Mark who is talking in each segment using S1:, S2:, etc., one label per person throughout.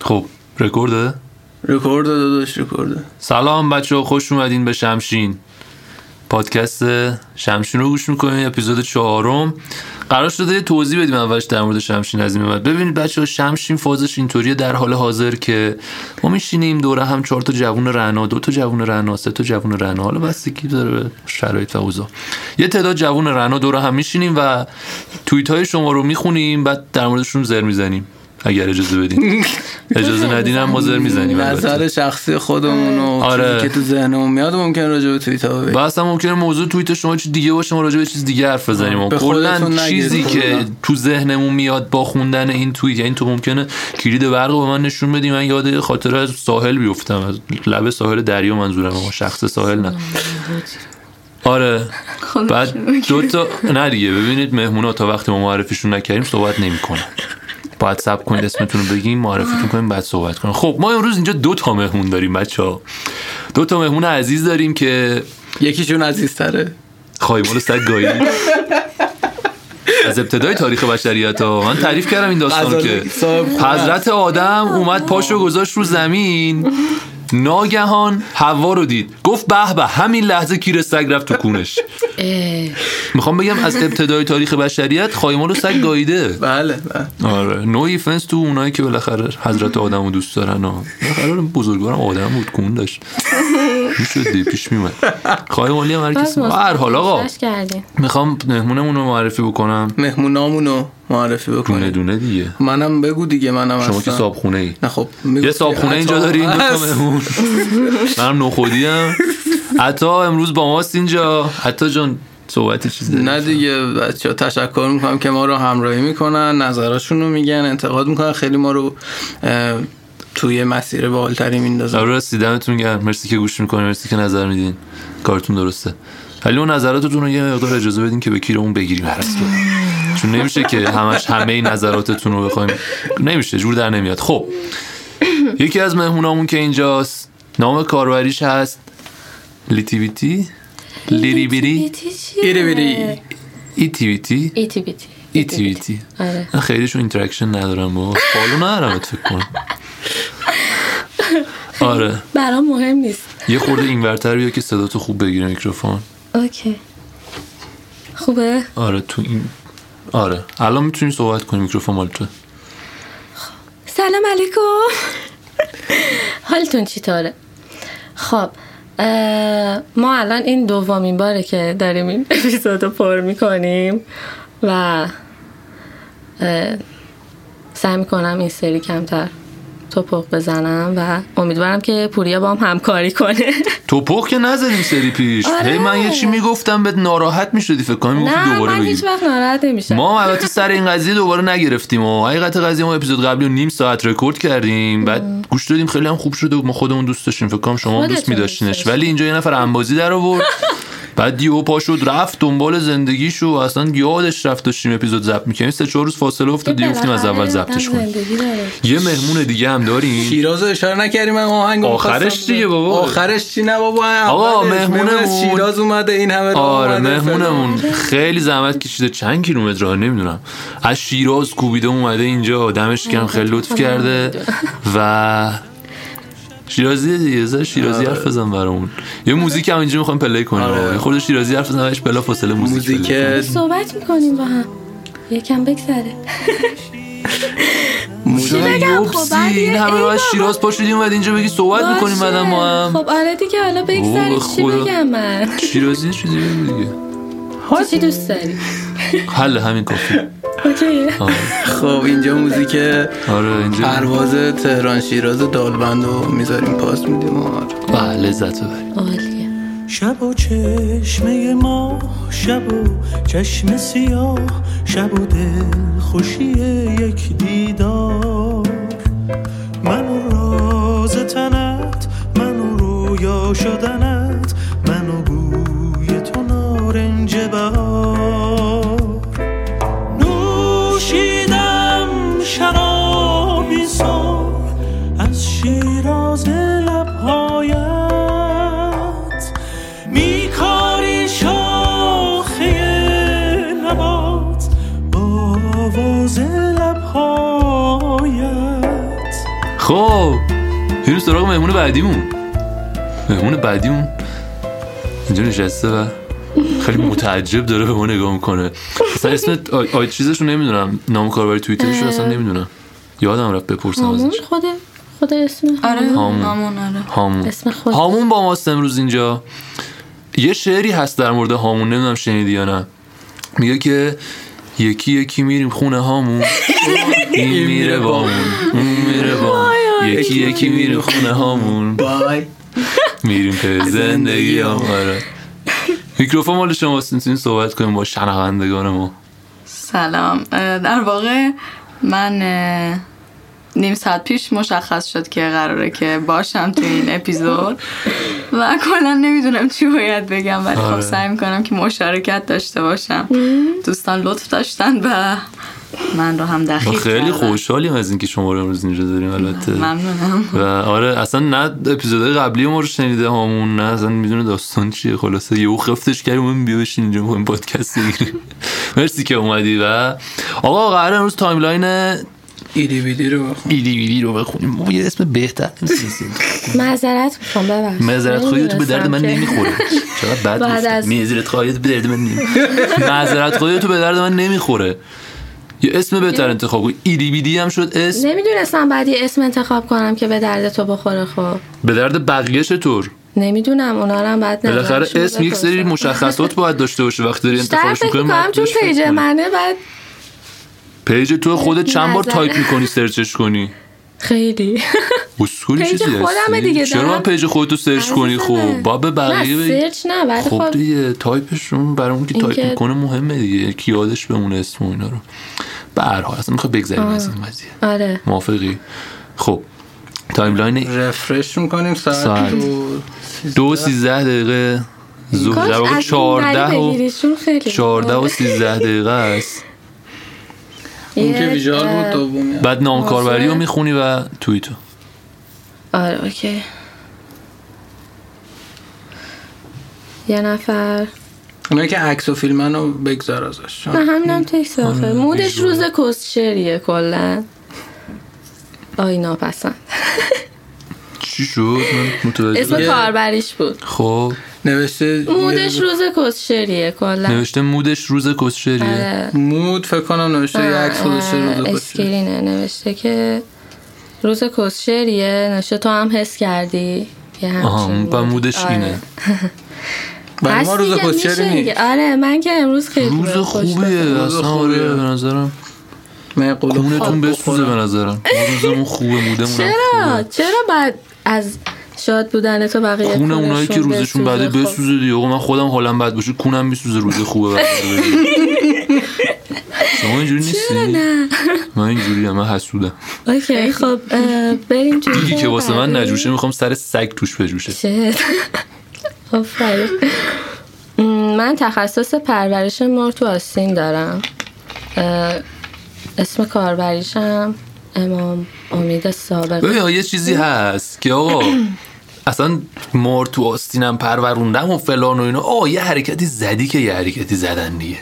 S1: خب رکورده
S2: رکورد داداش رکورد
S1: سلام بچه ها خوش اومدین به شمشین پادکست شمشین رو گوش میکنین اپیزود چهارم قرار شده یه توضیح بدیم اولش در مورد شمشین از این به بعد ببینید بچه ها شمشین فازش اینطوریه در حال حاضر که ما میشینیم دوره هم چهار تا جوون رعنا دو تا جوون رعنا سه تا جوون رعنا حالا بستگی داره به شرایط و اوضاع یه تعداد جوون رعنا دوره هم میشینیم و توییت های شما رو میخونیم بعد در موردشون زر میزنیم اگر اجازه بدین اجازه ندینم ما زر میزنیم
S2: نظر شخصی خودمون و
S1: آره.
S2: چیزی که تو ذهنمون میاد ممکن راجع به توییت ها بگیم
S1: و اصلا ممکنه موضوع توییت شما چیز دیگه باشه ما راجع به چیز دیگه حرف بزنیم و
S2: به خودتون
S1: کلا
S2: نگید.
S1: چیزی که
S2: کلاً.
S1: تو ذهنمون میاد با خوندن این توییت یعنی تو ممکنه کلید برق رو به من نشون بدی من یاد یه خاطره از ساحل بیفتم از لب ساحل دریا منظورم اما شخص ساحل نه آره
S3: خب،
S1: بعد دو تا نه دیگه ببینید مهمونا تا وقتی ما معرفیشون نکردیم صحبت نمیکنن باید سب کنید اسمتون رو بگیم معرفتون کنیم بعد صحبت کنیم خب ما امروز اینجا دو تا مهمون داریم بچه ها دو تا مهمون عزیز داریم که
S2: یکیشون عزیزتره
S1: خواهی مال سگ گایی از ابتدای تاریخ بشریت ها من تعریف کردم این داستان
S2: غزالی
S1: که
S2: صاحب خونه
S1: حضرت آدم اومد پاشو گذاشت رو زمین ناگهان هوا رو دید گفت به به همین لحظه کیر سگ رفت تو کونش میخوام بگم از ابتدای تاریخ بشریت خایمال و سگ گاییده
S2: بله بله
S1: آره نو ایفنس تو اونایی که بالاخره حضرت آدم رو دوست دارن و بالاخره بزرگوارم آدم بود کون داشت میشدی پیش میمد خایمالی هم هر کسی هر حال آقا
S3: کردیم
S1: میخوام مهمونمون رو معرفی بکنم
S2: مهمونامون رو معرفی
S1: دونه
S2: بکنید
S1: دونه دیگه
S2: منم بگو دیگه منم
S1: شما که
S2: هستم.
S1: صابخونه ای
S2: نه خب
S1: یه صابخونه اینجا داریم دو تا مهمون منم نخودیم عطا امروز با ماست اینجا عطا جان صحبت چیز داری؟
S2: نه دیگه بچه ها تشکر میکنم که ما رو همراهی میکنن نظراشون رو میگن انتقاد میکنن خیلی ما رو اه، توی مسیر بالتری میندازن
S1: آره راستی دمتون گرم مرسی که گوش میکنین مرسی که نظر میدین کارتون درسته ولی اون نظراتتون رو یه مقدار اجازه بدین که به کیرمون بگیریم هر از دو. چون نمیشه که همش همه این نظراتتون رو بخوایم نمیشه جور در نمیاد خب یکی از مهمونامون که اینجاست نام کاربریش هست لیتی بیتی لیری بیری
S2: ایری بیری
S1: ایتی بیتی
S3: ایتی بیتی
S1: ایتی بیتی
S3: آره
S1: من خیلیشون اینتراکشن ندارم با فالو ندارم ات فکر کنم آره
S3: برام مهم نیست
S1: یه خورده اینورتر بیا که صدا تو خوب بگیره میکروفون
S3: اوکی خوبه
S1: آره تو این آره الان میتونی صحبت کنی میکروفون مال تو
S3: سلام علیکم حالتون چطوره خب اه، ما الان این دومین باره که داریم این اپیزود رو پر میکنیم و اه، سعی میکنم این سری کمتر توپق بزنم و امیدوارم که پوریا با هم همکاری کنه
S1: توپخ که نزدیم سری پیش
S3: آره.
S1: هی من یه چی میگفتم بهت ناراحت میشدی فکر کنم میگفتی
S3: نه
S1: دوباره
S3: من هیچ
S1: بگیر
S3: وقت ناراحت نمیشم
S1: ما هم البته سر این قضیه دوباره نگرفتیم و حقیقت قضیه ما اپیزود قبلی رو نیم ساعت رکورد کردیم بعد گوش دادیم خیلی هم خوب شده و ما خودمون دوست داشتیم فکر کنم شما هم دوست
S3: خودتون دوست
S1: میداشتینش
S3: داشتین.
S1: ولی اینجا یه نفر انبازی در آورد بعد یهو پا شد رفت دنبال زندگیشو اصلا یادش رفت داشتیم اپیزود ضبط میکنیم سه چهار روز فاصله افتاد
S3: که
S1: دیفتیم از
S3: بالاخره
S1: اول ضبطش
S3: آدم
S1: کنیم
S3: زندگی داره.
S1: یه مهمون دیگه هم داریم
S2: شیراز رو اشاره نکردی من آهنگ رو
S1: آخرش
S2: می‌خواستم
S1: دیگه بابا.
S2: آخرش چی نه بابا
S1: آقا،
S2: اولش.
S1: مهمونمون.
S2: مهمون از شیراز اومده این همه راه
S1: آره
S2: اومده.
S1: مهمونمون خیلی زحمت کشیده چند کیلومتر راه نمیدونم از شیراز کوبیده اومده اینجا دمش گرم خیلی لطف کرده و شیرازی دیگه زر شیرازی حرف بزن برامون یه موزیک هم اینجا میخوام پلی کنیم آره. خود شیرازی حرف بزن بهش بلا فاصله موزیک,
S2: موزیک
S1: بده.
S3: صحبت میکنیم با هم یکم بگذره
S1: چرا
S3: بگم؟
S1: یوبسی،
S3: خب، بعد یه-
S1: این همه
S3: ای
S1: راه از
S3: بابا.
S1: شیراز پا شدیم اومد اینجا بگی صحبت میکنیم
S3: باشه.
S1: بعدم ما هم
S3: خب آره دیگه حالا بگذره
S1: اوه،
S3: چی
S1: خدا.
S3: بگم من
S1: شیرازی چیزی بگو دیگه
S3: چی- چی دوست داری
S1: حل همین کافی
S3: اوکی
S1: آره.
S2: خب اینجا موزیک
S1: آره اینجا
S2: پرواز تهران شیراز دالبند رو میذاریم پاس میدیم آره.
S1: بله لذت ببرید
S3: عالیه
S4: شب و چشمه ما شب و چشم سیاه شب و دل خوشی یک دیدار من و راز تنت من و رویا شدنت من و بوی تو نارنج بهار نوشیدم شرابی سر از شیراز لبهایت میکاری شاخه نبات با آواز لبهایت
S1: خب بریم سراغ مهمون بعدیمون مهمون بعدیمون اینجا نشسته و خیلی متعجب داره به ما نگاه میکنه اصلا اسم آی, آی چیزشو نمیدونم نام کاربری توییترشو اصلا نمیدونم یادم رفت بپرسم
S3: همون
S1: ازش
S3: خود خود اسم
S5: آره
S1: هامون.
S5: هامون آره
S1: هامون
S3: اسم خود
S1: هامون با ماست امروز اینجا یه شعری هست در مورد هامون نمیدونم شنیدی یا نه میگه که یکی یکی میریم خونه هامون این میره بامون اون میره بامون یکی یکی میریم خونه هامون
S2: بای
S1: میریم به زندگی هم آره میکروفون مال شماست میتونیم صحبت کنیم با شنوندگان ما
S5: سلام اه، در واقع من اه، نیم ساعت پیش مشخص شد که قراره که باشم تو این اپیزود و کلا نمیدونم چی باید بگم ولی
S1: آره.
S5: خب سعی میکنم که مشارکت داشته باشم دوستان لطف داشتن و من رو هم دخیل
S1: ما خیلی
S5: کردن.
S1: خوشحالیم از اینکه شما رو امروز اینجا داریم البته
S5: ممنونم
S1: و آره اصلا نه اپیزودهای قبلی ما رو شنیده هامون نه اصلا میدونه داستان چیه خلاصه یهو خفتش کردیم اون بیا بشین اینجا می‌خوایم پادکست بگیریم مرسی که اومدی و آقا قرار امروز تایملاین
S2: ایدی بیدی رو بخون
S1: ایدی ویدی رو بخونیم ما یه اسم بهتر
S3: معذرت میخوام ببخش
S1: معذرت خواهی تو به درد من
S3: نمی‌دونستم که-
S1: نمیخوره چقدر بد
S3: بعد از-
S1: گفتم. معذرت خواهی تو به درد من نمیخوره معذرت خواهی تو به درد من نمیخوره یه اسم بهتر انتخاب کن ایدی بیدی هم شد اسم
S3: نمیدونستم بعد یه اسم انتخاب کنم که به درد تو بخوره خب
S1: به درد بقیه چطور
S3: نمیدونم اونا رو هم بعد نظرشون
S1: بالاخره
S3: رو
S1: اسم یک سری
S3: بپرسم.
S1: مشخصات باید داشته باشه وقتی داری
S3: بیشتر
S1: انتخابش
S3: فکر
S1: می‌کنی
S3: میکنم
S1: باید
S3: چون
S1: بهش فکر
S3: پیج
S1: کنی.
S3: منه بعد
S1: پیج تو خودت چند بار
S3: نظر.
S1: تایپ میکنی سرچش کنی
S3: خیلی
S1: اصول
S3: پیج
S1: چیزی
S3: خودمه
S1: هستی
S3: دیگه،
S1: چرا
S3: دارم.
S1: من پیج خودتو سرچ کنی
S3: عزیزم
S1: خب
S3: من.
S1: با به بقیه
S3: نه
S1: بگی
S3: سرچ نه ولی
S1: خب
S3: خب
S1: دیگه تایپشون برای اون که تایپ
S3: اینکه-
S1: میکنه مهمه دیگه که یادش بمونه اسم و اینا رو به هر حال اصلا میخوای بگذریم از این قضیه
S3: آره
S1: موافقی خب تایملاین
S2: رفرش میکنیم
S1: ساعت.
S2: ساعت دو
S1: دو سیزده دقیقه ظهر
S3: کاش
S1: در واقع
S3: از
S1: چارده
S3: این وری
S1: و
S3: بگیری، چون خیلی
S1: چارده
S3: آره.
S1: و سیزده دقیقه است
S2: اون
S3: یه-
S2: که ویژوال بود
S3: اه،
S2: دومی
S1: بعد نام کاربری رو
S3: موضوع-
S1: میخونی و توییتو
S3: آره اوکی یه نفر
S2: اونایی که عکس و فیلمن رو بگذار ازش
S3: نه همینم تکس آخه مودش
S1: بیجوه.
S3: روز کسچریه کلا آی ناپسند
S1: چی شد من متوجه
S3: اسم
S2: یه-
S3: کاربریش بود
S1: خب
S2: نوشته
S3: مودش
S2: یه-
S3: روز کسچریه کلا
S1: نوشته مودش روز کسشریه
S3: آره.
S2: مود فکر کنم نوشته یه عکس گذاشته رو گذاشته.
S3: اسکرینه نوشته که روز کسشریه نوشته تو هم حس کردی یه
S1: آها
S3: همچین
S1: و مودش
S3: آره.
S1: اینه
S2: برای
S3: هست
S2: ما روز
S3: دیگه، میشه
S2: کسچری
S3: دیگه.
S2: نیست
S3: آره من که امروز خیلی
S1: روز
S3: خوش
S1: خوبیه
S3: گذشت.
S2: روز
S1: اصلا
S2: خوبیه.
S1: آره به نظرم
S2: من قلوب
S1: کونتون
S2: خواب
S1: بسوزه به
S2: بخورم.
S1: نظرم خب. ما روزمون خوبه مودمون هم
S3: چرا
S1: خوبه
S3: چرا بعد از شاد بودن تو بقیه
S1: کون اونایی که
S3: خونشون
S1: روزشون بعد
S3: بسوزه؟ خب.
S1: بسوزه دیگه آقا من خودم حالم بد باشه کونم میسوزه روز خوبه برای من. شما اینجوری نیستی
S3: نه
S1: من اینجوری من حسودم
S3: اوکی خب بله. اه، بریم چون
S1: دیگی که واسه من نجوشه میخوام سر سگ توش بجوشه
S3: چه؟ آفرین. م، من تخصص پرورش مار تو آستین دارم اه، اسم کاربریشم امام امید سابق
S1: ببین یه چیزی هست که آقا اصلا مار تو آستینم پروروندم و فلان و اینا آه یه حرکتی زدی که یه حرکتی زدن دیگه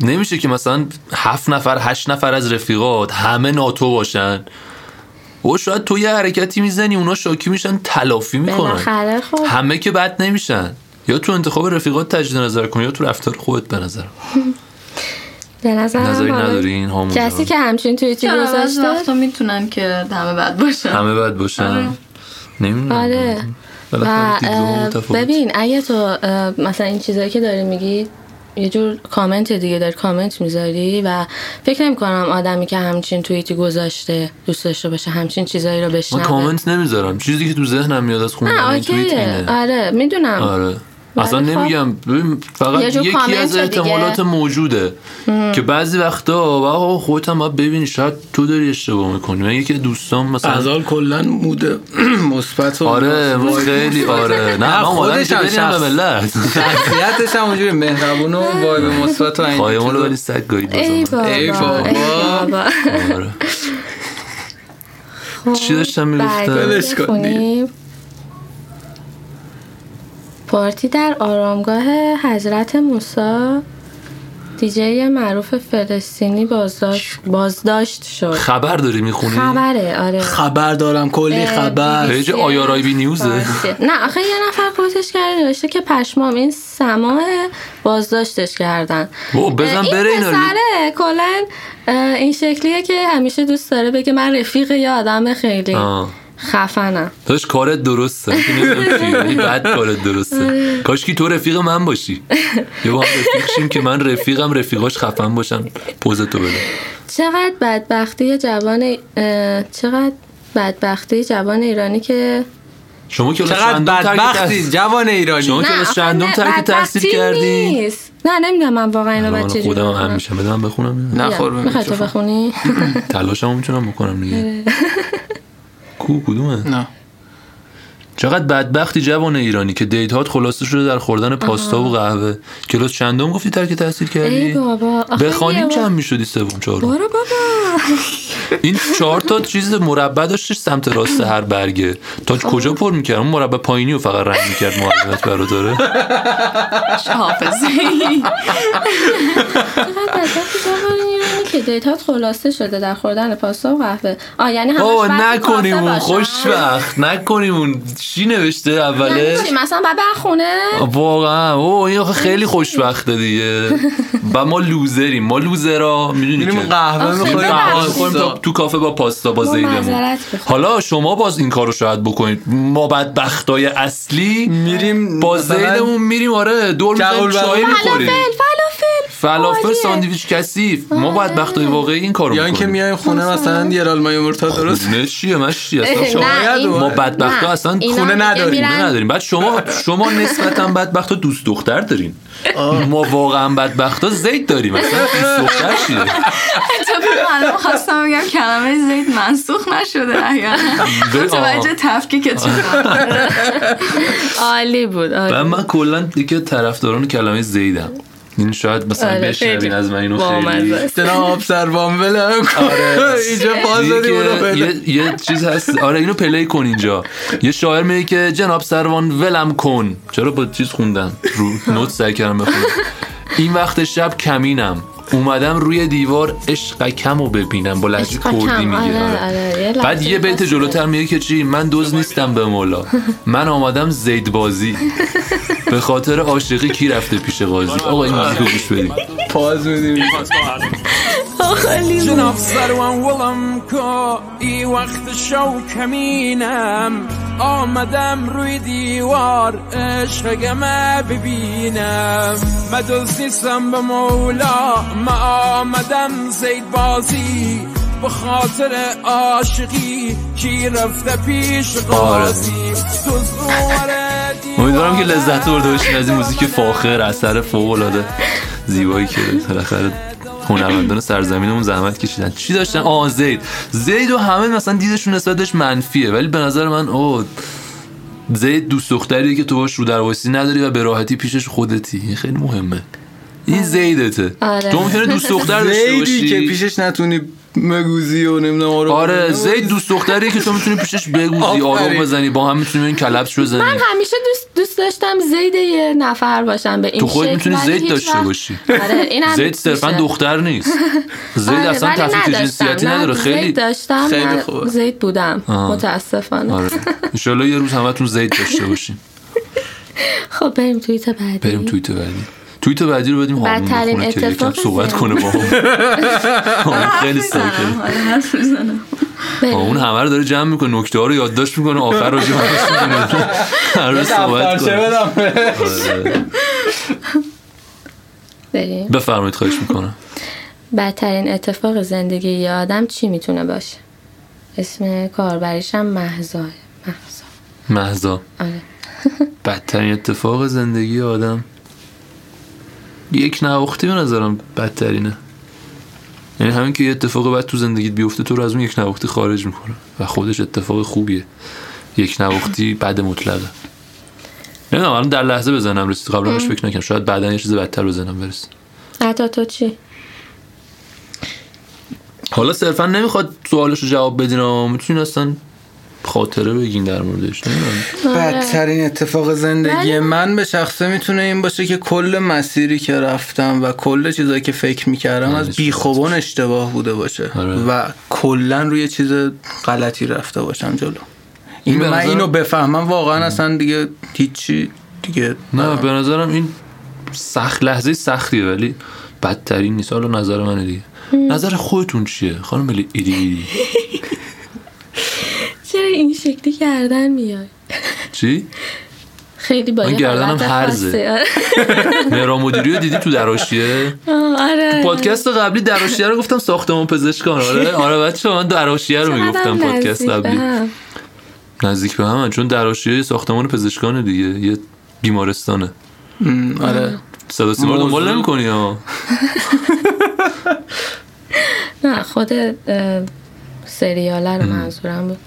S1: نمیشه که مثلا هفت نفر هشت نفر از رفیقات همه ناتو باشن و شاید تو یه حرکتی میزنی اونا شاکی میشن تلافی میکنن
S3: بالاخره خب
S1: همه که بد نمیشن یا تو انتخاب رفیقات تجدید نظر کن یا تو رفتار خودت به نظر
S3: به نظرم
S1: نظری
S3: واقعا
S1: نداری این هامون
S3: کسی که همچین توی چی
S5: چرا بعضی
S3: گذاشته
S5: وقتا میتونن که همه بد باشن
S1: همه بد
S5: آره.
S1: باشن نمیدونم
S3: آره و اه، ببین اگه تو اه، مثلا این چیزایی که داری میگی یه جور کامنت دیگه داری کامنت میذاری و فکر نمی کنم آدمی که همچین توییتی گذاشته دوست داشته باشه همچین چیزایی رو
S1: من
S3: بشنوه
S1: کامنت نمیذارم چیزی که تو ذهنم میاد از خوندن
S3: نه
S1: این توییت
S3: اوکیه
S1: اینه
S3: آره میدونم
S1: آره اصلا
S3: ولی خب-
S1: نمیگم ببین،
S3: یه
S1: فقط
S3: جور
S1: یکی
S3: کامنت
S1: از
S3: دیگه.
S1: احتمالات موجوده که بعضی وقتا و آقا خودت هم باید ببینی شاید تو داری اشتباه میکنی من یکی از دوستان مثلا
S2: غزال کلا مود مثبت و
S1: آره ما خیلی آره نه
S2: نه،
S1: من آدم
S2: خودش
S1: که
S2: هم
S1: بریم
S2: شخص.
S1: به ملت
S2: شخصیتش هم اونجوری مهربون و وایب مثبت و این
S1: خایمون رو
S2: چیزا.
S1: ولی سگ گایید
S3: ای
S1: بازم.
S3: بابا
S2: ای بابا.
S3: بابا. خب،
S1: آره. چی داشتم
S3: بله.
S1: میگفتم
S3: بعدی
S2: ولش
S3: که
S2: کن
S3: خونیم پارتی در آرامگاه حضرت موسی دیجی معروف فلسطینی بازداشت, بازداشت شد
S1: خبر داری میخونی
S3: خبره آره
S2: خبر دارم کلی
S3: اه،
S2: خبر
S3: دیدی؟
S1: پیج آیارای بی نیوزه
S3: باشه. نه آخه یه نفر کوتش کرده نوشته که پشمام این سماع بازداشتش کردن
S1: بابا، بزن
S3: این
S1: بره اینا رو.
S3: پسره کلا اه، این شکلیه که همیشه دوست داره بگه من رفیق یه آدم خیلی
S1: آه.
S3: خفنم
S1: داشت کارت درسته نمی‌دونم چیه. ولی بد کارت درسته کاش کی تو رفیق من باشی یه با هم رفیق شیم که من رفیقم رفیقاش خفن باشن پوز تو بده
S3: چقدر بدبختی جوان اه، چقدر بدبختی جوان ایرانی که
S1: شما که حالا
S2: چقدر
S1: چندم ترک
S2: بدبختی
S1: تحصیل-
S2: جوان ایرانی
S1: شما که حالا
S3: آخه
S1: چندم
S3: نه،
S1: ترک
S3: بدبختی
S1: تحصیل کردی
S3: نیست. نه نمیدونم من واقعا اینو
S1: من
S3: بچه چجوری
S1: خودم هم
S3: بخونم.
S1: میشم بده من بخونم
S2: نه
S3: بیا،
S2: قربونت
S3: میخوای تو
S2: شما.
S3: بخونی
S1: تلاشمو میتونم بکنم
S3: آره.
S1: دیگه کو کدومه
S2: نه
S1: چقدر بدبختی جوان ایرانی که دیت هات خلاصه شده در خوردن پاستا و قهوه کلاس چندم گفتی ترک تحصیل
S3: ای
S1: کردی
S3: بابا آخه یه
S1: یعنی بخوانیم
S3: بار-
S1: چند میشدی سوم چهارم
S3: برو آره بابا
S1: این چهار تا چیز مربع داشتش سمت راست هر برگه تا
S3: خب.
S1: کجا پر میکرد اون مربع پایینی رو فقط رنگ میکرد معلمت برات داره
S5: حافظه
S3: چقدر بدبختی جوان ایرانی که دیتات خلاصه شده در خوردن پاستا و قهوه آ یعنی همش
S1: بابا
S3: وقتی
S1: نکنیم
S3: پاستا آره.
S1: اون
S3: باشن.
S1: خوشبخت نکنیم اون چی نوشته اوله
S3: یعنی چی؟ مثلا بعد بر خونه
S1: واقعا او این آخه خیلی خوشبخته دیگه و ما لوزریم ما لوزرا میدونی
S2: میریم
S1: که
S2: قهوه
S3: آخه
S2: میخوریم
S3: ببخشید.
S1: قهوه
S2: پاستا.
S1: می‌خوریم تا تو کافه با پاستا با
S3: ما
S1: زیدمون
S3: معذرت بخوایم.
S1: حالا شما باز این کارو شاید بکنید ما بدبختای اصلی
S2: میریم
S1: با
S2: مثلا
S1: زیدمون میریم آره دور میزنیم
S2: جعول
S1: چای
S2: برای-
S1: میخوریم
S3: فلافل فلافل
S1: فلافل
S3: عالیه. آره.
S1: ساندویچ کثیف ما بدبختای واقعی این کارو
S2: یا اینکه
S1: میکنیم
S2: میایم خونه مثلا یه رال مایمورتا درست
S1: نه چیه من چیه اصلا
S3: اه،
S1: خب، شما
S3: نه،
S2: باید
S3: این-
S2: و-
S1: ما
S2: نه.
S1: بدبختا
S3: نه.
S1: اصلا
S3: اینا
S2: خونه
S3: دیگه
S2: نداریم.
S1: خونه
S3: میرن-
S1: نداریم بعد شما شما نسبتا بدبختا دوست دختر دارین ما واقعا بدبختا زید داریم اصلا دوست دختر چیه
S5: اتفاقا الان خواستم بگم کلمه زید منسوخ نشده اگر
S3: خب،
S5: متوجه تفکیک چی
S3: عالی بود عالی.
S1: و من کلا دیگه طرفداران کلمه زیدم این شاید مثلا
S3: آره،
S1: بشنوین
S3: خیلی
S1: از من اینو
S3: بامزه
S1: خیلی
S3: است.
S2: جناب آبسر بامبل هم کن. اینجا پاس
S1: آره. دیگه
S2: دادی اونو
S1: که
S2: بده.
S1: یه, یه چیز هست آره اینو پلی کن اینجا یه شاعر میگه که جناب سروان ولم کن چرا با چیز خوندم رو نوت سعی کردم بخونم این وقت شب کمینم اومدم روی دیوار عشقکم رو ببینم با لحجه
S3: عشقکم،
S1: کردی میگه
S3: آره،
S1: آره.
S3: آره، یه لحظه
S1: بعد یه بیت
S3: خاصه.
S1: جلوتر میگه که چی من دوز نیستم به مولا من آمدم زید بازی به خاطر عاشقی کی رفته پیش قاضی آقا این موزیک رو گوش بدیم
S2: پاس میدیم
S4: جناب سروان ولم کو ای وقت شو کمینم آمدم روی دیوار عشقم ببینم ما دوست نیستم به مولا ما آمدم زید بازی به خاطر عاشقی کی رفته پیش قاضی دوست اومده
S1: امیدوارم که لذت برده باشین از این
S4: دیوارم.
S1: موزیک فاخر اثر فوق العاده زیبایی که بالاخره هنرمندان سرزمینمون زحمت کشیدن چی داشتن آ زید زید و همه مثلا دیدشون نسبت بهش منفیه ولی به نظر من او زید دوست دختریه که تو باش رو درواسی نداری و به راحتی پیشش خودتی این خیلی مهمه این زیدته
S3: آره.
S1: تو ممکنه دوست دختر داشته
S2: زیدی
S1: باشی
S2: که پیشش نتونی مگوزی و نمیدونم آره
S1: آره زید دوست دختریه که تو میتونی پیشش بگوزی
S2: آفرین.
S1: آروم بزنی با هم میتونی این کلپس بزنی
S3: من همیشه دوست دوست داشتم زید یه نفر باشم به این
S1: تو خودت
S3: شکل،
S1: میتونی
S3: ولی
S1: زید
S3: هیچ
S1: داشته
S3: وقت-
S1: باشی
S3: آره اینم
S1: زید صرفا
S3: میشه.
S1: دختر نیست زید
S3: آره،
S1: اصلا
S3: ولی
S1: تفکیک
S3: نداشتم.
S1: جنسیتی
S3: نه،
S1: نداره خیلی
S3: زید داشتم
S2: خیلی
S3: نه،
S2: خوبه.
S3: زید بودم
S1: آه.
S3: متاسفانه
S1: آره انشالله یه روز همتون زید داشته باشین
S3: خب بریم توییت بعدی
S1: بریم توییت بعدی توییت بعدی رو بدیم هامون
S3: بدترین
S1: بخونه که یکم
S3: اتفاق
S1: صحبت
S3: زندگی.
S1: کنه با هم خیلی سعی کرد
S5: میزنم
S3: بریم.
S1: اون همه رو داره جمع میکنه نکته ها رو یادداشت میکنه آخر رو جمع میکنه هر روز صحبت
S2: دفترچه
S1: کنه
S2: بدم
S1: آره.
S3: بریم
S1: بفرمایید خواهش میکنم
S3: بدترین اتفاق زندگی یه آدم چی میتونه باشه اسم کاربریشم محضاه محضا
S1: مهزا
S3: آره
S1: بدترین اتفاق زندگی آدم یک نواختی به نظرم بدترینه یعنی همین که یه اتفاق بد تو زندگیت بیفته تو رو از اون یک نواختی خارج میکنه و خودش اتفاق خوبیه یک نواختی بد مطلقه نمیدونم الان در لحظه بزنم رسید قبلا بهش فکر نکنم شاید بعدا یه چیز بدتر بزنم برسید
S3: عطا تو چی
S1: حالا صرفا نمیخواد سوالش رو جواب بدین اما میتونین اصلا خاطره بگین در موردش نمیدونم
S2: بدترین اتفاق زندگی
S3: بله.
S2: من به شخصه میتونه این باشه که کل مسیری که رفتم و کل چیزایی که فکر میکردم از بیخوبان اشتباه بوده باشه
S1: بله. آره.
S2: و کلا روی چیز غلطی رفته باشم جلو این
S1: به
S2: من
S1: نظر-
S2: اینو بفهمم واقعا اصلا دیگه هیچی دیگه
S1: نه به نظرم این سخت لحظه سختیه ولی بدترین نیست حالا نظر منه دیگه نظر خودتون چیه خانم بلی ایدی ایدی
S3: چرا این شکلی کردن میای
S1: چی
S3: خیلی با
S1: من
S3: یه
S1: گردنم
S3: حالت
S1: هرزه.
S3: خاصه. آره.
S1: مهران مدیری رو دیدی تو دراشیه
S3: آه، آره
S1: پادکست قبلی دراشیه رو گفتم ساختمون پزشکان آره آره بچه من دراشیه رو
S3: چقدر
S1: میگفتم پادکست
S3: نزدیک به
S1: قبلی
S3: هم.
S1: نزدیک به هم چون دراشیه یه ساختمان پزشکانه دیگه یه بیمارستانه
S2: م، آره
S1: صدا و سیما رو دنبال
S2: موضوع-
S1: نمی‌کنی ها
S3: نه خود اه، سریاله رو منظورم بود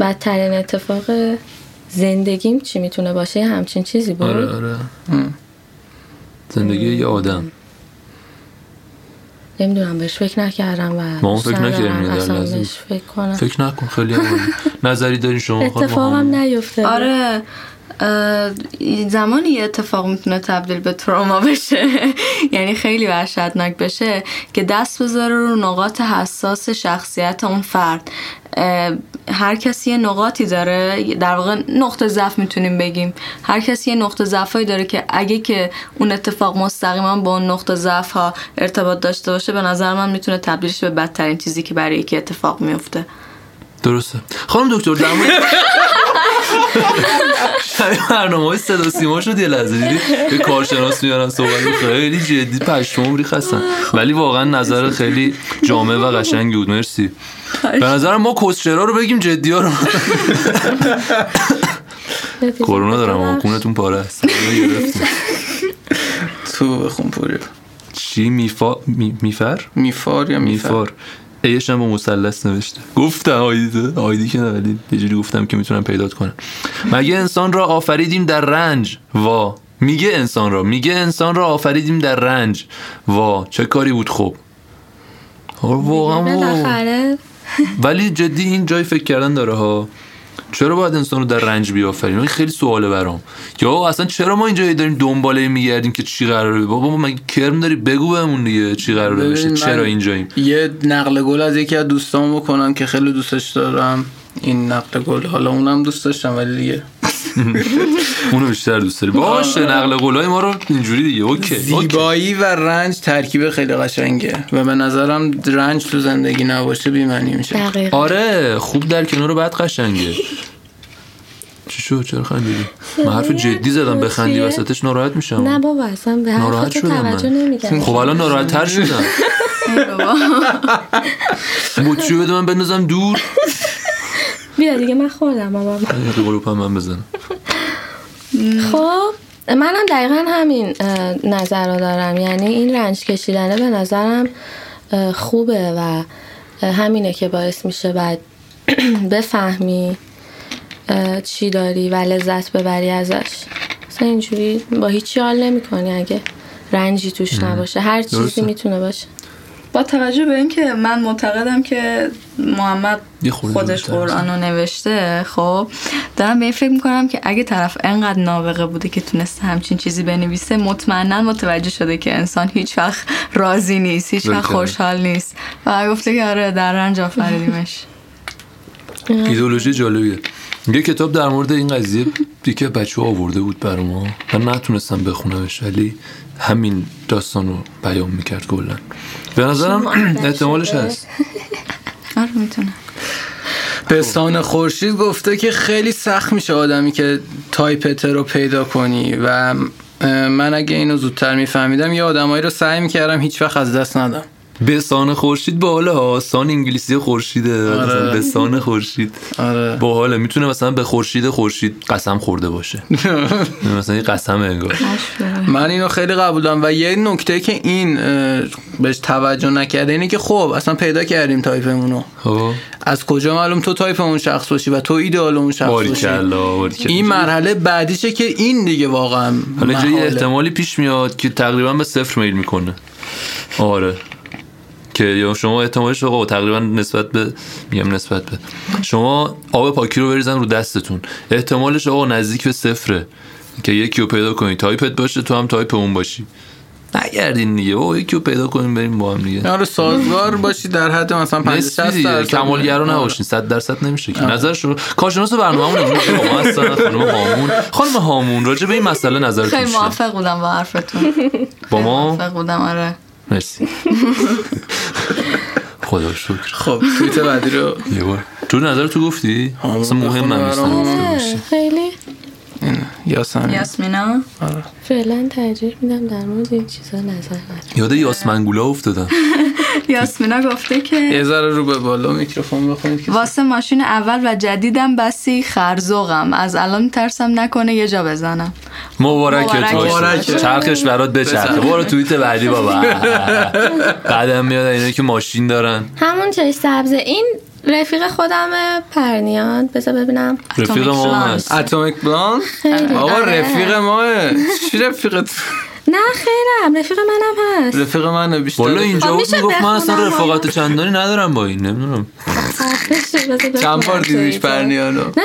S3: بدترین اتفاق زندگیم چی میتونه باشه یه همچین چیزی بود
S1: آره آره زندگی یه آدم
S3: نمیدونم بهش فکر نکردم و
S1: ما هم فکر
S3: دوست ندارم
S1: نکردیم در
S3: اصلا
S1: لحظه.
S3: بهش فکر کنم
S1: فکر نکن خیلی عالی. نظری دارین شما خانم
S3: اتفاقم
S1: حامد؟
S3: نیفتاده
S5: آره اه، زمانی یه اتفاق میتونه تبدیل به تروما بشه یعنی خیلی وحشتناک بشه که دست بذاره رو نقاط حساس شخصیت اون فرد اه، هر کسی یه نقاطی داره در واقع نقطه ضعف میتونیم بگیم هر کسی یه نقطه ضعفی داره که اگه که اون اتفاق مستقیما با اون نقطه ضعف ها ارتباط داشته باشه به نظر من میتونه تبدیلش به بدترین چیزی که برای یکی اتفاق میفته
S1: درسته خانم دکتر در مورد شبیه برنامه های صدا و سیما شد یه لحظه دیدی یه کارشناس میارن صحبت می‌کنن. خیلی جدی پشمام ریخ هستن ولی واقعا نظر خیلی جامع و قشنگی بود مرسی به نظرم ما کسچرا رو بگیم جدی ها رو
S3: نتیجه
S1: کرونا دارم اما
S3: ببخش.
S1: کونتون پاره است اینو گرفتیم.
S2: تو بخون پوری
S1: چی میفا... می- میفر؟
S2: میفار یا میفار
S1: میفار ایش هم با مثلث نوشته گفتم آیدی آیدی که نه ولی یه جوری گفتم که میتونم پیدات کنم مگه انسان را آفریدیم در رنج وا میگه انسان را میگه انسان را آفریدیم در رنج وا چه کاری بود خب آره واقعا وا.
S3: بالاخره
S1: ولی جدی این جای فکر کردن داره ها چرا باید انسان رو در رنج بیافریم این خیلی سواله برام یا اصلا چرا ما اینجا هی داریم دنباله میگردیم که چی قراره بابا مگه کرم داری بگو بهمون دیگه چی قراره
S2: ببین،
S1: بشه
S2: من
S1: چرا اینجاییم
S2: یه نقل گل از یکی از دوستان بکنم که خیلی دوستش دارم این نقل گل حالا اونم دوست داشتم ولی دیگه
S1: اونو بیشتر دوست داری باشه نقل قولای ما رو اینجوری دیگه اوکی اوکی.
S2: زیبایی و رنج ترکیب خیلی قشنگه و به نظرم رنج تو زندگی نباشه بیمعنی میشه
S3: دقیقا
S1: آره خوب در کنار بعد قشنگه چی شد چرا خندیدی من حرف جدی زدم بخندی
S3: چیه؟
S1: وسطش ناراحت
S3: نه
S1: میشم
S3: بابا اصلا به هر
S1: ناراحت
S3: تو
S1: شدم من.
S3: توجه نمیگم
S1: خب الان ناراحت تر شدم
S5: ای بابا.
S1: مچی بده من بندازم دور
S3: بیا دیگه من خوردم بابا
S1: قلوپم من بزنم
S3: خب منم دقیقا همین اه، نظر رو دارم یعنی این رنج کشیدنه به نظرم اه، خوبه و اه، همینه که باعث میشه بعد بفهمی اه، چی داری و لذت ببری ازش مثلا اینجوری با هیچی حال نمی اگه رنجی توش نباشه هر
S1: درسته.
S3: چیزی میتونه باشه
S5: با توجه به اینکه من معتقدم که محمد
S1: یه خورده
S5: خودش
S1: جلوتر
S5: قرآن رو نوشته خب دارم به این فکر میکنم که اگه طرف انقدر نابغه بوده که تونسته همچین چیزی بنویسه مطمئنا متوجه شده که انسان هیچ وقت راضی نیست هیچ وقت
S1: بلکه.
S5: خوشحال نیست و گفته که آره در رنج آفریدیمش
S1: ایدئولوژی جالبیه یه کتاب در مورد این قضیه یکی بچه آورده بود بر ما من نتونستم بخونمش ولی همین داستان رو بیان میکرد کلا به نظرم
S3: شما اول
S1: احتمالش
S3: شده.
S1: هست
S5: آره میتونه
S2: پستان خورشید گفته که خیلی سخت میشه آدمی که تایپت رو پیدا کنی و اه، من اگه اینو زودتر میفهمیدم یه آدمایی رو سعی میکردم هیچ وقت از دست ندم
S1: به سان خورشید باحاله ها سان انگلیسی خورشیده
S2: آره.
S1: مثلا به سان خورشید
S2: آره
S1: باحاله میتونه مثلا به خورشید خورشید قسم خورده باشه مثلا یه قسم انگار
S2: من اینو خیلی قبول دارم و یه نکته که این اه، بهش توجه نکرده اینه که خب اصلا پیدا کردیم تایپمونو
S1: خب
S2: از کجا معلوم تو تایپ اون شخص باشی و تو ایدئال اون شخص باشی
S1: باریکلا باریکلا.
S2: این مرحله بعدیشه که این دیگه واقعا
S1: حالا اینجا یه
S2: محاله.
S1: احتمالی پیش میاد که تقریبا به صفر میل میکنه آره که یا شما احتمالش آقا تقریبا نسبت به میگم نسبت به شما آب پاکی رو بریزن رو دستتون احتمالش آقا نزدیک به صفره که یکی رو پیدا کنی تایپت باشه تو هم تایپ اون باشی نگردین دیگه او یکی رو پیدا کنیم بریم با هم دیگه
S2: آره سازگار باشی در حد مثلا 50
S1: نصفی
S2: 60
S1: دیگه
S2: درصد آره.
S1: کمالگرا نباشین 100 درصد نمیشه که نظر شما کارشناس برنامه‌مون امروز با ما هستن خانم هامون خانم هامون راجع به این مسئله نظرتون
S5: خیلی
S1: چیه
S5: موافق بودم با حرفتون
S1: با ما
S5: موافق بودم آره
S1: مرسی خدا رو شکر
S2: خب توییت بعدی رو
S1: یه بار تو نظر تو گفتی
S2: هامون
S1: اصلا مهم
S2: بخونه
S1: هم نیست
S2: برامون.
S1: نگفته باشی.
S3: آره. خیلی
S2: یاسمین
S5: یاسمینا
S3: فعلا ترجیح میدم در مورد این چیزا نظر ندم
S1: یاد یاسمنگولا افتادم
S5: یاسمینا گفته که
S2: یه ذره رو به بالا میکروفون بخونید که
S5: واسه ماشین اول و جدیدم بسی خرزوقم از الان ترسم نکنه یه جا بزنم
S1: مبارکت
S5: مبارکت
S1: باشه
S2: باشه.
S1: چرخش برات بچرخه برو توییت بعدی بابا بعدم میاد اینا که ماشین دارن
S3: همون چای سبز این رفیق خودم پرنیان بذار ببینم
S1: رفیق ما هم
S5: Atomic
S1: هست.
S5: Blonde.
S2: اتمیک بلان آقا رفیق ماه چی رفیقت
S3: نه خیرم رفیق منم هست
S2: رفیق منه بیشتر
S1: والا اینجا
S3: خب
S1: بود
S3: میشه
S1: میگفت من اصلا
S3: بخونم
S1: رفاقت چندانی ندارم با این نمیدونم
S3: آخرش بذار ببینم
S2: چند بار دیدیش
S3: توییتر.
S2: پرنیانو
S3: نه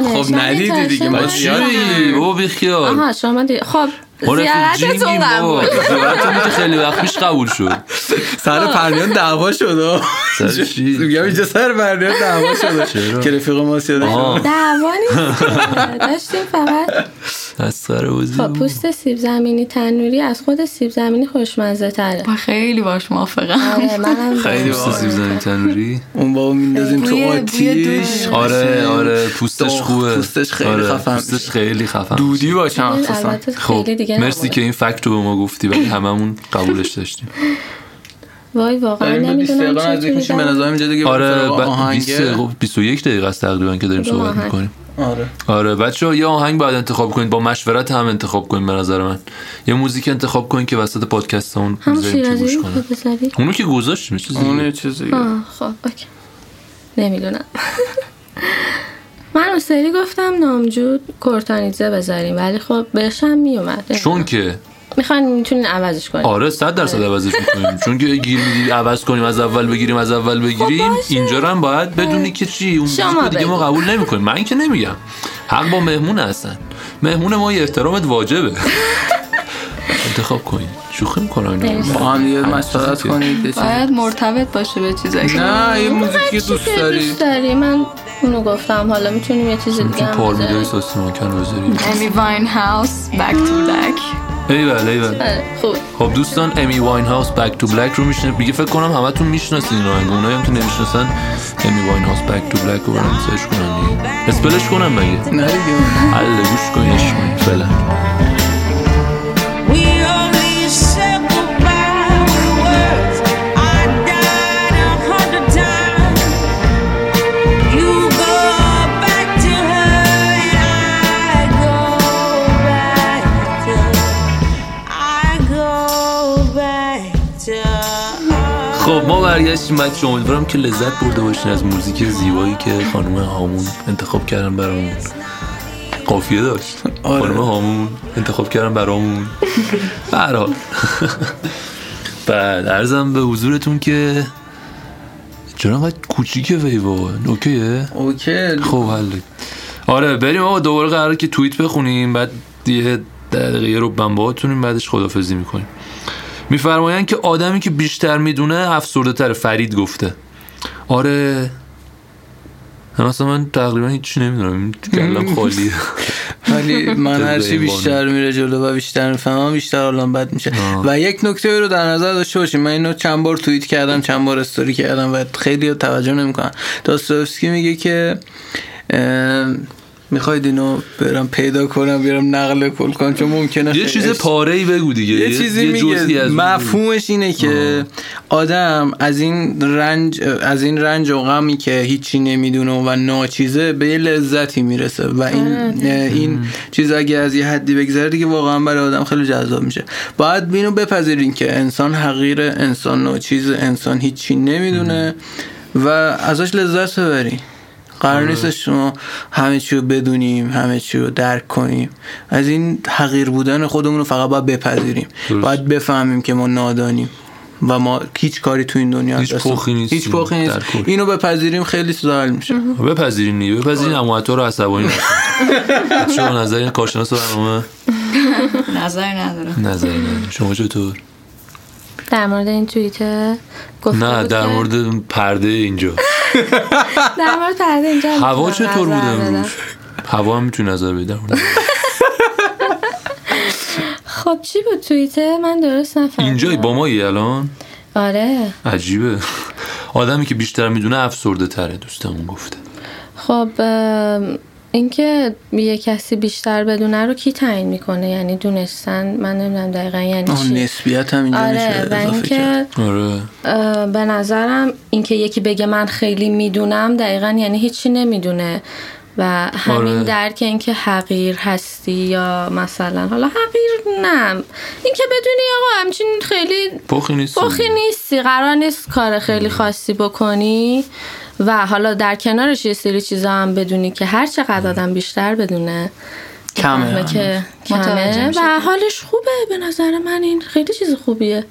S3: ندیدم
S2: خب ندیدی دیگه ما زیاد
S1: چی بابا بیخیال
S3: آها شما دید خب
S1: ما رفیق
S3: زیارتتون
S1: جینگیم بابا
S3: قبول
S1: زیارتمون که خیلی وقت پیش قبول شد
S2: سر پرنیان دعوا شد
S1: سر چی؟
S2: میگم اینجا سر پرنیان دعوا
S1: چرا؟
S2: شده که رفیق ما سیاده
S1: آها
S2: شد
S3: دعوا نیست که. داشتیم فقط
S1: مسخره بازی
S3: خب پوست سیب زمینی تنوری از خود سیب زمینی خوشمزه تره
S5: با خیلی باش موافقم
S3: آره منم
S1: خیلی
S2: خیلی
S1: پوست
S2: باحال.
S1: سیب زمینی تنوری
S2: اون بابا میندازیم تو
S5: بوی- بوی
S2: آتیش
S5: دود.
S1: آره آره پوستش
S2: داغ،
S1: خوبه
S2: پوستش خیلی
S1: آره،
S2: خفن
S1: پوستش
S2: میشه.
S1: خیلی خفن
S2: دودی باشم
S3: این
S2: مخصوصا
S3: البته
S1: خب
S3: خیلی دیگه
S1: مرسی
S3: نبوده.
S1: که این فکت رو به ما گفتی ولی هممون قبولش داشتیم
S3: وای واقعا
S2: داریم به 20
S3: آره، نمیدونم
S2: دقیقه
S3: چطوری
S2: نزدیک میشیم به
S3: دارم.
S2: نظرم اینجا دیگه
S1: آره خب،
S2: بریم سراغ
S1: بعد
S2: آهنگه.
S1: 20 دقیقه 21 دقیقه است تقریبا که داریم
S3: کدوم
S1: صحبت
S3: آهنگ؟
S1: میکنیم
S2: آره
S1: آره بچه ها یه آهنگ باید انتخاب کنید با مشورت هم انتخاب کنید به نظر من یه موزیک انتخاب کنید که وسط پادکست اون
S3: همون
S1: بذاریم که گوش
S3: شیرازی
S1: کنن
S3: خب بذاری
S1: اونو که گذاشتیم چیز
S2: اون
S1: دیگه.
S2: یه چیز دیگه
S3: آه، خب اوکی نمیدونم من سری گفتم نامجود کرتانیزه بذاریم ولی خب بهشم میومد
S1: چون که
S3: میخوان میتونین عوضش کنیم
S1: آره 100 درصد عوضش میکنیم چون که گیر میدی عوض کنیم از اول بگیریم از اول بگیریم
S3: خب باشه.
S1: اینجا رو هم باید بدونی که چی اون
S3: شما
S1: موزیک رو دیگه
S3: بگو.
S1: ما قبول نمیکنیم من که نمیگم حق با مهمون هستن مهمون ما یه احترامت واجبه انتخاب کنین شوخی میکنم اینو
S3: مرسی.
S2: با هم دیگه مشورت کنید یه چیز.
S5: باید مرتبط باشه به چیزایی که
S2: نه یه موزیکی
S3: هرچی
S2: دوست
S3: که
S2: داری
S3: دوست داری من اونو گفتم حالا میتونیم یه چیز دیگه
S1: تو
S3: هم
S1: پارمیدای
S3: بذاریم
S1: ساسی مکن بذاریم
S5: امی واین هاوس بک تو بک
S1: ایول ایول
S3: آره، خوب
S1: بله، خب دوستان امی واین هاوس بک تو بلک رو میشنه دیگه فکر کنم همتون میشناسین رو انگار اونایی هم که نمیشناسن امی واین هاوس بک تو بلک رو برام سرچ کنن دیگه اسپلش کنم مگه
S2: نه دیگه
S1: حل گوش کن اش کن فعلا
S6: We only said goodbye with words. I died a hundred times. You go back to her, and I go back to. I go back to.
S1: خب ما برگشتیم بچه امیدوارم که لذت برده باشین از موزیک زیبایی که خانم هامون انتخاب کردن برامون قافیه داشت
S2: آره.
S1: خانم هامون انتخاب کردن برامون به هر حال بعد ارزم به حضورتون که چرا انقدر کوچیکه ویوا اوکیه
S2: اوکی
S1: خب حله آره بریم آقا دوباره قراره که توییت بخونیم بعد یه دقیقه یه رو باهاتونیم بعدش خدافزی میکنیم میفرمایند که آدمی که بیشتر میدونه افسرده تر فرید گفته آره من اصلا من تقریبا هیچی نمیدونم کلم خالیه
S2: ولی من
S1: طبق
S2: هرچی
S1: این
S2: بیشتر میره جلو و بیشتر میفهمم بیشتر حالم بد میشه
S1: آه.
S2: و یک نکته رو در نظر داشته باشیم من اینو چند بار توییت کردم چند بار استوری کردم و خیلی توجه نمیکنن داستایوفسکی میگه که میخواید اینو برم پیدا کنم بیارم نقل کل کنم چون ممکنه
S1: یه
S2: خیلی
S1: چیز
S2: اشتباه
S1: پاره ای بگو دیگه
S2: یه چیزی
S1: جزئی
S2: میگه
S1: از اون بگو.
S2: مفهومش اینه که آدم از این رنج از این رنج و غمی که هیچی نمیدونه و ناچیزه به یه لذتی میرسه و این این چیز اگه از یه حدی بگذره دیگه واقعا برای آدم خیلی جذاب میشه باید اینو بپذیرین که انسان حقیره انسان ناچیزه انسان هیچی نمیدونه و ازش لذت ببرین قرار
S1: آره.
S2: نیست شما همه چی رو بدونیم همه چی رو درک کنیم از این حقیر بودن خودمون رو فقط باید بپذیریم
S1: درست.
S2: باید بفهمیم که ما نادانیم و ما هیچ کاری تو این دنیا
S1: هیچ
S2: دستم-
S1: پخی نیستیم،
S2: هیچ پخی نیست
S1: در کل.
S2: اینو بپذیریم خیلی سهل میشه
S1: بپذیرین نیه بپذیرین
S2: آره.
S1: اما تو رو عصبانی نکن. شما نظری کارشناس برنامه
S5: نظری نداره
S1: نظری نداری. شما چطور
S3: در مورد این توییت گفته
S1: نه
S3: بود
S1: در
S3: که-
S1: مورد پرده اینجا
S3: در مورد پرده اینجا هم
S1: هوا
S3: می‌تونم
S1: چطور بود
S3: نظر بدم.
S1: امروز هوا هم میتونی نظر بدی در مورد.
S3: خب چی بود توییته من درست نفهمیدم
S1: اینجای با مایی الان
S3: آره
S1: عجیبه آدمی که بیشتر میدونه افسرده تره دوستمون گفته
S3: خب ام، اینکه یه کسی بیشتر بدونه رو کی تعیین میکنه یعنی دونستن من نمیدونم دقیقا یعنی
S2: آه،
S3: چی
S2: نسبیت هم اینجا
S3: آره
S2: میشه
S3: و
S2: اضافه کرد
S3: اینکه
S1: آره
S3: اه، به نظرم اینکه یکی بگه من خیلی میدونم دقیقا یعنی هیچی نمیدونه و همین
S1: آره.
S3: درک اینکه حقیر هستی یا مثلا حالا حقیر نه اینکه بدونی آقا همچین خیلی
S1: پخی نیست
S3: بخی نیستی قرار نیست کار خیلی خاصی بکنی و حالا در کنارش یه سری چیزا هم بدونی که هر چقدر آدم بیشتر بدونه
S2: کمه.
S3: بفهمه که
S5: متوجه
S3: کمه
S5: میشه.
S3: و حالش خوبه به نظر من این خیلی چیز خوبیه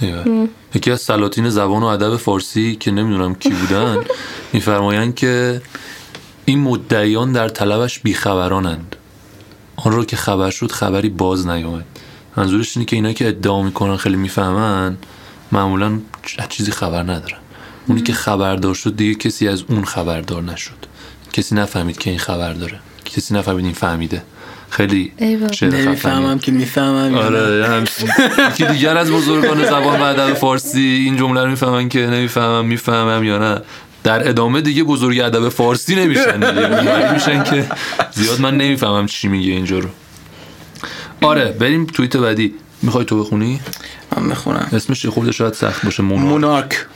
S1: ایول. یکی از سلاطین زبان و ادب فارسی که نمیدونم کی بودن میفرمایند که این مدعیان در طلبش بیخبرانند آن را که خبر شد خبری باز نیامد منظورش اینه که اینا که ادعا میکنن خیلی میفهمن معمولا چ- از چیزی خبر ندارن اونی که خبردار شد دیگه کسی از اون خبردار نشد کسی نفهمید که این خبر داره کسی نفهمید این فهمیده خیلی
S3: ایول.
S1: شعر خفنیه.
S2: نمیفهمم که میفهمم یا نه.
S1: آره همچین. یکی دیگر از بزرگان زبان و ادب فارسی این جمله رو میفهمن که نمیفهمم میفهمم یا نه در ادامه دیگه بزرگ ادب فارسی نمیشن دیگه اونوری میشن که زیاد من نمیفهمم چی میگه اینجا رو آره بریم توییت بعدی میخوای تو بخونی
S2: من میخونم
S1: اسمش یه خورده شاید سخت باشه مونارک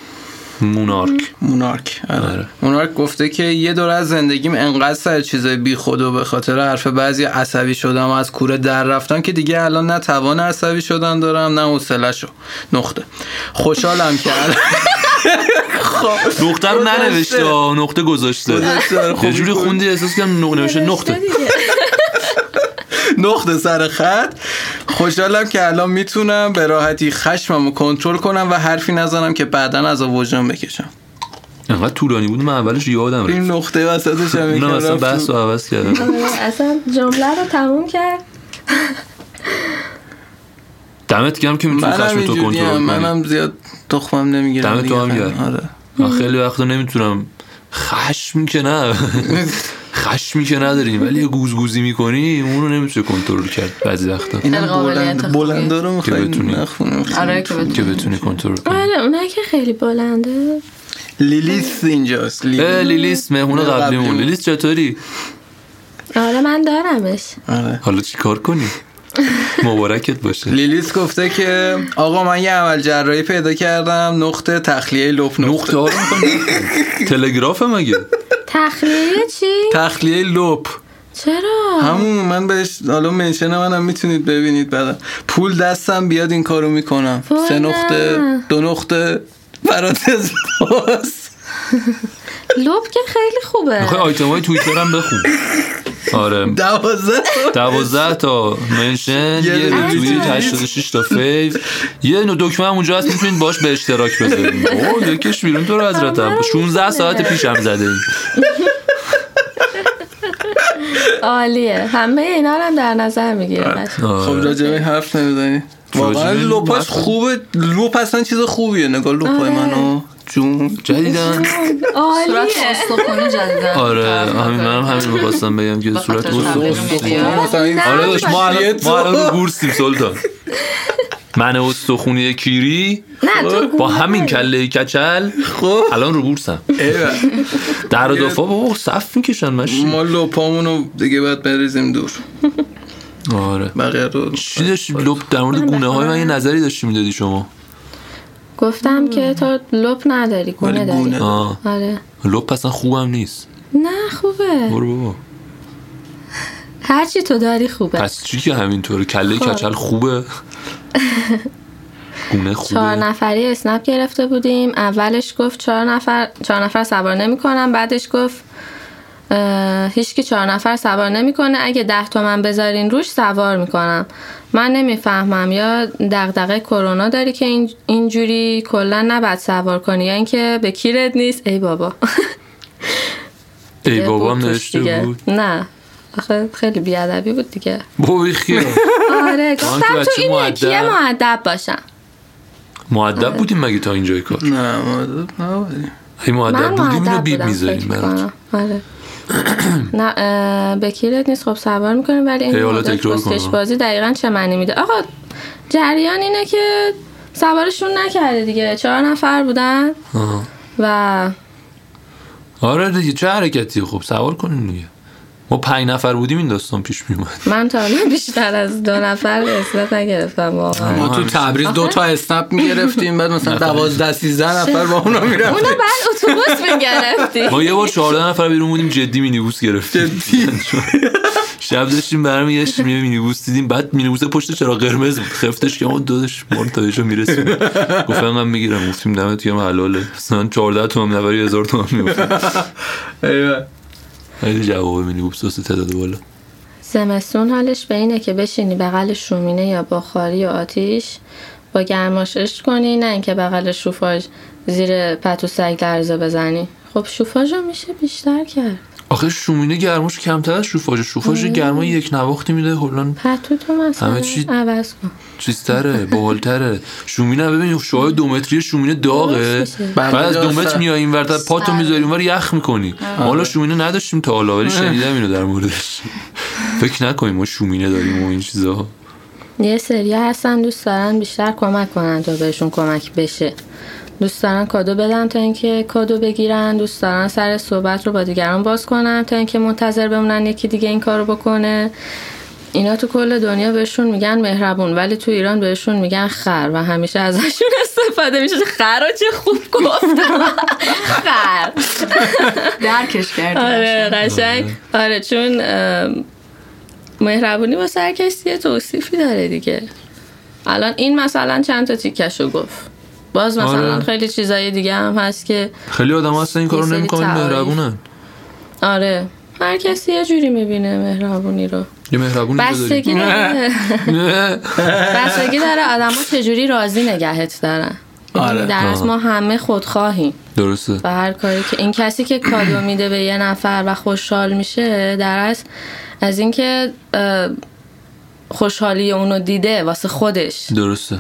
S2: مونارک
S1: مونارک
S2: مونارک
S1: آره.
S2: آره. مونارک گفته که یه دور از زندگیم انقدر سر چیزای بی خود و به خاطر حرف بعضی عصبی شدم و از کوره در رفتم که دیگه الان نه توان عصبی شدن دارم نه حوصله شو نقطه خوشحالم که الان خب
S1: نقطه رو ننوشته آه، نقطه گذاشته
S2: گذاشته، آره،
S1: یه
S2: خوبی
S1: جوری
S2: بود.
S1: خوندی احساس کردم نق- نوشته نقطه
S2: نقطه سر خط خوشحالم که الان میتونم به راحتی خشمم رو کنترل کنم و حرفی نزنم که بعدا از وجدان بکشم
S1: انقدر طولانی بود من اولش یادم رفت
S2: این نقطه وسطش هم
S1: آره. نه
S2: یکم
S1: اصلا
S2: رفت تو-
S1: بحث رو عوض کردم
S3: اصلا جمله رو تموم کرد
S1: دمت گرم که میتونی
S2: منم
S1: خشم تو
S2: اینجوری
S1: کنترل کنی
S2: هم. منم زیاد تخمم نمیگیرم
S1: دم تو هم گرم.
S2: آره
S1: من خیلی وقتا نمیتونم خشم که نه خشمی که نداریم ولی یه گوزگوزی میکنی اونو نمیشه کنترل کرد بعضی وقتا
S5: خیلی
S2: اینم
S5: قابلیت
S2: بلند
S5: خوبیه.
S2: بلنده رو میخوایم
S1: بتونی.
S2: نخونیم
S5: آره
S1: که
S5: که بتونی
S1: بتونی کنترل کنی
S3: آره اونایی که خیلی بلنده
S2: لیلیس اینجاست لیلیس.
S1: اه، لیلیس مهمون
S2: نه،
S1: قبلیمون
S2: قبلیمون.
S1: لیلیس چطوری
S3: آره من دارمش
S2: آره
S1: حالا چیکار کنی مبارکت باشه
S2: لیلیس گفته که آقا من یه عمل جراحی پیدا کردم نقطه تخلیه لپ
S1: نقطه
S2: نقطه
S1: ها رو می‌خوای؟ تلگراف مگه
S3: تخلیه چی؟
S2: تخلیه لپ
S3: چرا؟
S2: همون من بهش حالا منشن منم میتونید ببینید بعدا پول دستم بیاد این کارو میکنم
S3: وای
S2: سه
S3: نه.
S2: نقطه دو نقطه پرانتز باز
S3: لب که خیلی خوبه
S1: میخوای آیتم های توییتر هم بخون آره
S2: دوازده
S1: دوازده تا منشن
S2: یه
S1: یه
S2: دونه
S1: ریتوییت
S2: توییت.
S1: 86 تا فیو یه نو دکمه هم اونجا هست میتونید باش به اشتراک بذارید اوه یکیش بیرون تو رو از رتب 16 ساعت پیش هم زده این
S3: عالیه همه اینا رو هم در نظر میگیره
S1: آره.
S2: خب راجبه حرف نمیزنی واقعا
S1: راجبه
S2: لپاش
S1: حرف-
S2: خوبه لپ اصلا چیز خوبیه نگاه لپای
S3: آره.
S2: منو جون
S1: جدیدن
S5: صورت
S3: عالیه
S5: استخونی جدیدن
S1: آره همین منم همین می‌خواستم بگم که صورت
S5: خاطر تبلیغ
S1: استخونی
S5: می‌کنی.
S2: خب، مثلا این-
S1: آره داش ما الان
S2: تو.
S1: ما الان رو بورسیم سلطان من استخونی کیری
S3: نه تو
S1: با همین کله کچل
S2: خب
S1: الان رو بورسم
S2: ایول.
S1: در و دفاع بابا صف میکشن مشی
S2: ما لپامونو دیگه باید بریزیم دور
S1: آره
S2: بقیه رو
S1: چی داشتی لب در مورد گونه های من یه نظری داشتی میدادی شما
S3: گفتم که تو لب نداری گونه
S2: ولی
S3: داری
S2: گونه
S1: آه
S3: آره
S1: لب اصلا خوبم نیست
S3: نه خوبه
S1: برو بابا
S3: هرچی تو داری خوبه
S1: پس چی که همینطوره کله
S3: خب.
S1: کچل خوبه گونه
S3: چهار
S1: خوبه
S3: نفری اسنپ گرفته بودیم اولش گفت چهار نفر چهار نفر سوار نمی کنم بعدش گفت اه، هیچکی چهار نفر سوار نمیکنه اگه ده تومن بذارین روش سوار میکنم من نمیفهمم یا دغدغه کرونا داری که این اینجوری کلا نباید سوار کنی یا اینکه به کیرت نیست ای بابا
S1: ای
S3: یه
S1: بابام
S3: بود توش
S1: نوشته
S3: دیگه.
S1: بود
S3: نه آخه خیلی بیادبی بود دیگه
S1: بابا خیلی
S3: آره
S1: تو
S3: گفتم تو
S1: بچه
S3: این
S1: مؤدب.
S3: یکیه معدب باشم
S1: مؤدب بودیم مگه تا اینجای کار
S2: نه ما نبودیم.
S1: ای
S3: من
S1: مؤدب بودیم اینو
S3: معدب
S1: بیب
S3: بودم
S1: میذاریم
S3: فکر کنم آره نه اه، به کیرت نیست خب سوار میکنیم ولی
S1: هی
S3: این
S1: حالا
S3: مدل
S1: تکرار کن.
S3: پستش بازی دقیقا چه معنی میده آقا جریان اینه که سوارشون نکرده دیگه چهار نفر بودن و
S1: آره دیگه چه حرکتی خب سوار کنیم دیگه ما پنج نفر بودیم این داستان پیش میومد
S3: من تا حالا بیشتر از دو نفر اصلاح نگرفتم واقعا
S2: ما تو تبریز دو تا اسنپ میگرفتیم بعد مثلا دوازده سیزده نفر با اونا میرفت
S3: اونو بعد اتوبوس میگرفتی
S1: ما یه بار 14 نفر بیرون بودیم جدی مینیبوس گرفتیم شب داشتیم برمیگشتیم یه مینیبوس دیدیم بعد مینیبوس پشت چرا قرمز بود. خفتش که اون دادش ما رو تا یه میرسیم گفتم من میگیرم گفتیم دمت گرم حلاله مثلا 14 تومن نبری 1000 تومن میگفتم خیلی جواب مینیبوس واسه تعداد بالا
S3: زمستون حالش به اینه که بشینی بغل شومینه یا بخاری یا آتیش با گرماش عشق کنی نه اینکه بغل شوفاژ زیر پتو سگ لرزه بزنی خب شوفاژ رو میشه بیشتر کرد
S1: آخه شومینه گرماش کمتر از شوفاژ شوفاژ گرما یک نواختی میده هلان
S3: پتو تو مثلا
S1: همه چی-
S3: عوض کن
S1: چیزتره باحالتره شومینه ببین شعاع دو متری شومینه داغه
S3: درست میشه.
S1: بعد از دو
S2: بنده
S1: متر
S2: داستان.
S1: میای این ورتر پاتو میذاری اونور یخ میکنی ما حالا شومینه نداشتیم تا حالا ولی شنیدم اینو در موردش فکر نکنیم ما شومینه داریم و این چیزا
S3: یه سری هستن دوست دارن بیشتر کمک کنن تا بهشون کمک بشه دوست دارن کادو بدن تا اینکه کادو بگیرن دوست دارن سر صحبت رو با دیگران باز کنن تا اینکه منتظر بمونن یکی دیگه این کارو بکنه اینا تو کل دنیا بهشون میگن مهربون ولی تو ایران بهشون میگن خر و همیشه ازشون استفاده میشه خر رو چه خوب گفتم خر
S5: درکش کردی
S3: آره قشنگ آره چون ام، مهربونی با سر کسی یه توصیفی داره دیگه الان این مثلا چند تا تیکشو گفت باز مثلا
S1: آره.
S3: خیلی چیزای دیگه هم هست که
S1: خیلی آدم هستن این کارو
S3: یه سری
S1: نمیکنن
S3: تعاریف.
S1: مهربونن
S3: آره هر کسی یه جوری میبینه مهربونی رو
S1: یه مهربونی بداریم.
S3: بستگی داره
S1: نه.
S3: بستگی داره آدم چجوری راضی نگهت دارن
S2: آره.
S3: در از ما همه خودخواهیم
S1: درسته
S3: و هر کاری که این کسی که کادو میده به یه نفر و خوشحال میشه در از از اینکه اه، خوشحالی اونو دیده واسه خودش
S1: درسته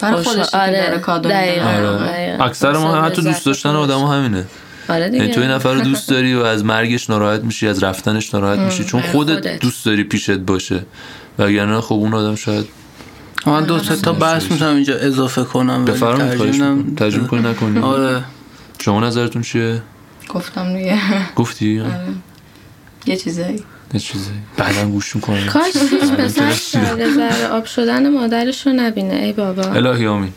S5: برای خودش
S3: خوشحال-
S5: که داره
S3: آره،
S5: کادو
S3: دقیقاً.
S5: می‌دونه.
S1: آره
S3: دقیقاً.
S1: اکثر ما
S3: مثلا
S1: هم حتی دوست
S3: لذت
S1: داشتن
S3: خودش.
S1: آدم همینه
S3: آره
S1: یعنی
S3: دیگه
S1: تو این نفر رو دوست داری و از مرگش ناراحت میشی از رفتنش ناراحت میشی چون
S3: برای
S1: خودت,
S3: خودت.
S1: دوست داری پیشت باشه وگرنه خب اون آدم شاید
S2: من دو سه تا بحث میتونم اینجا اضافه کنم ولی
S1: بفرمایید خواهش
S2: ترجمه
S1: می‌کنم. ترجمه کنی نکنی
S2: آره
S1: شما نظرتون چیه
S5: گفتم دیگه
S1: گفتی
S5: یه چیزایی
S1: یه چیزی بعدا گوش میکنم
S3: کاش هیچ پسر ذره ذره آب شدن مادرش رو نبینه ای بابا
S1: الهی آمین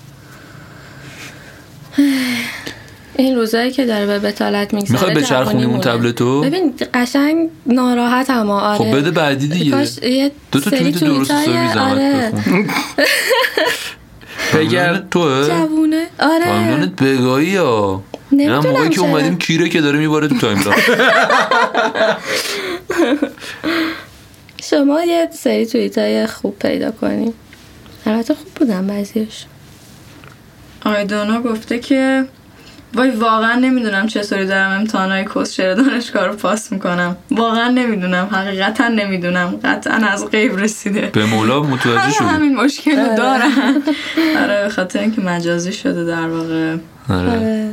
S3: این روزایی که داره به بتالت میگذره
S1: میخوای بچرخونی اون تبلتو؟
S3: ببین قشنگ ناراحت هم آره
S1: خب بده بعدی دیگه
S3: کاش یه
S1: دو تا
S3: سری
S1: توییت درست
S3: توییتای-
S1: حسابی زحمت
S3: آره
S1: بخون
S2: بگر
S1: تایملاینت توه
S3: جوونه آره
S1: تایملاینت بگاهی یا نه
S3: نمی‌دونم
S1: موقعی که
S3: چرا.
S1: اومدیم کیره که داره میباره تو تایملاین
S3: شما یه سری توییت های خوب پیدا کنیم البته خوب بودن بعضیش
S5: آیدانا گفته که وای واقعا نمیدونم چطوری دارم امتحانهای کسشر دانشگاه رو پاس میکنم واقعا نمیدونم حقیقتا نمیدونم قطعا از غیب رسیده
S1: به مولا متوجه
S5: همه
S1: شدی
S5: همین مشکل رو دارن آره به خاطر اینکه مجازی شده در واقع
S1: آره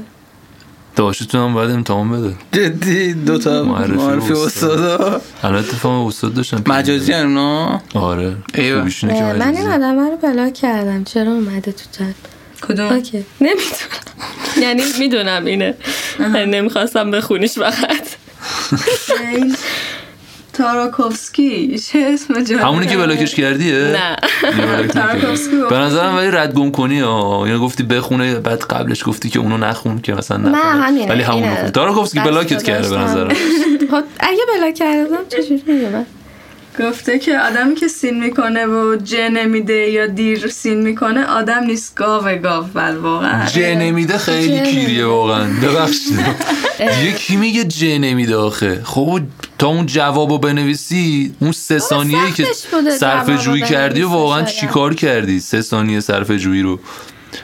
S1: داشتون هم باید امتحان بده
S2: جدی دو تا
S1: معرفی
S2: معرفی
S1: استاد.
S2: استادا
S1: الان اتفاق استاد داشتم
S2: مجازی هم اونا
S1: آره
S2: ایوه.
S1: خوبیش اینه که
S3: من این
S1: مجازیه.
S3: آدمه رو بلاک کردم چرا اومده تو چت
S5: کدوم
S3: اوکی نمیدونم یعنی میدونم اینه یعنی نمیخواستم بخونیش فقط
S5: این تاراکوفسکی چه اسم جالب
S1: همونی که بله. بلاکش کردیه
S3: نه
S1: اینو بلاک نکردی.
S5: تاراکوفسکی
S1: به
S5: گفته
S1: نظرم ولی ردگم کنی ها اینو گفتی بخونه بعد قبلش گفتی که اونو نخون که مثلا نخونه
S3: همینه،
S1: ولی همونو
S3: اینه.
S1: خون داراکوفسکی
S3: بس
S1: بلاکت کرده به
S3: گذاشتم.
S1: نظرم
S3: خب، اگه بلاک کردم چجوری میومد
S5: گفته که آدمی که سین میکنه و جه نمیده یا دیر سین میکنه آدم نیست گاوه گاو بل واقعا
S1: جه نمیده خیلی
S3: آره. جه
S1: کیریه
S3: نمیده.
S1: واقعا ببخشید دیگه کی میگه جه نمیده آخه خب اون- تا اون جوابو بنویسی اون سه ثانیه که
S3: سختش بوده
S1: صرفه
S3: جوابو
S1: جویی کردی و
S3: بنویسی
S1: واقعا
S3: شاید.
S1: چیکار کردی سه ثانیه صرفه جویی رو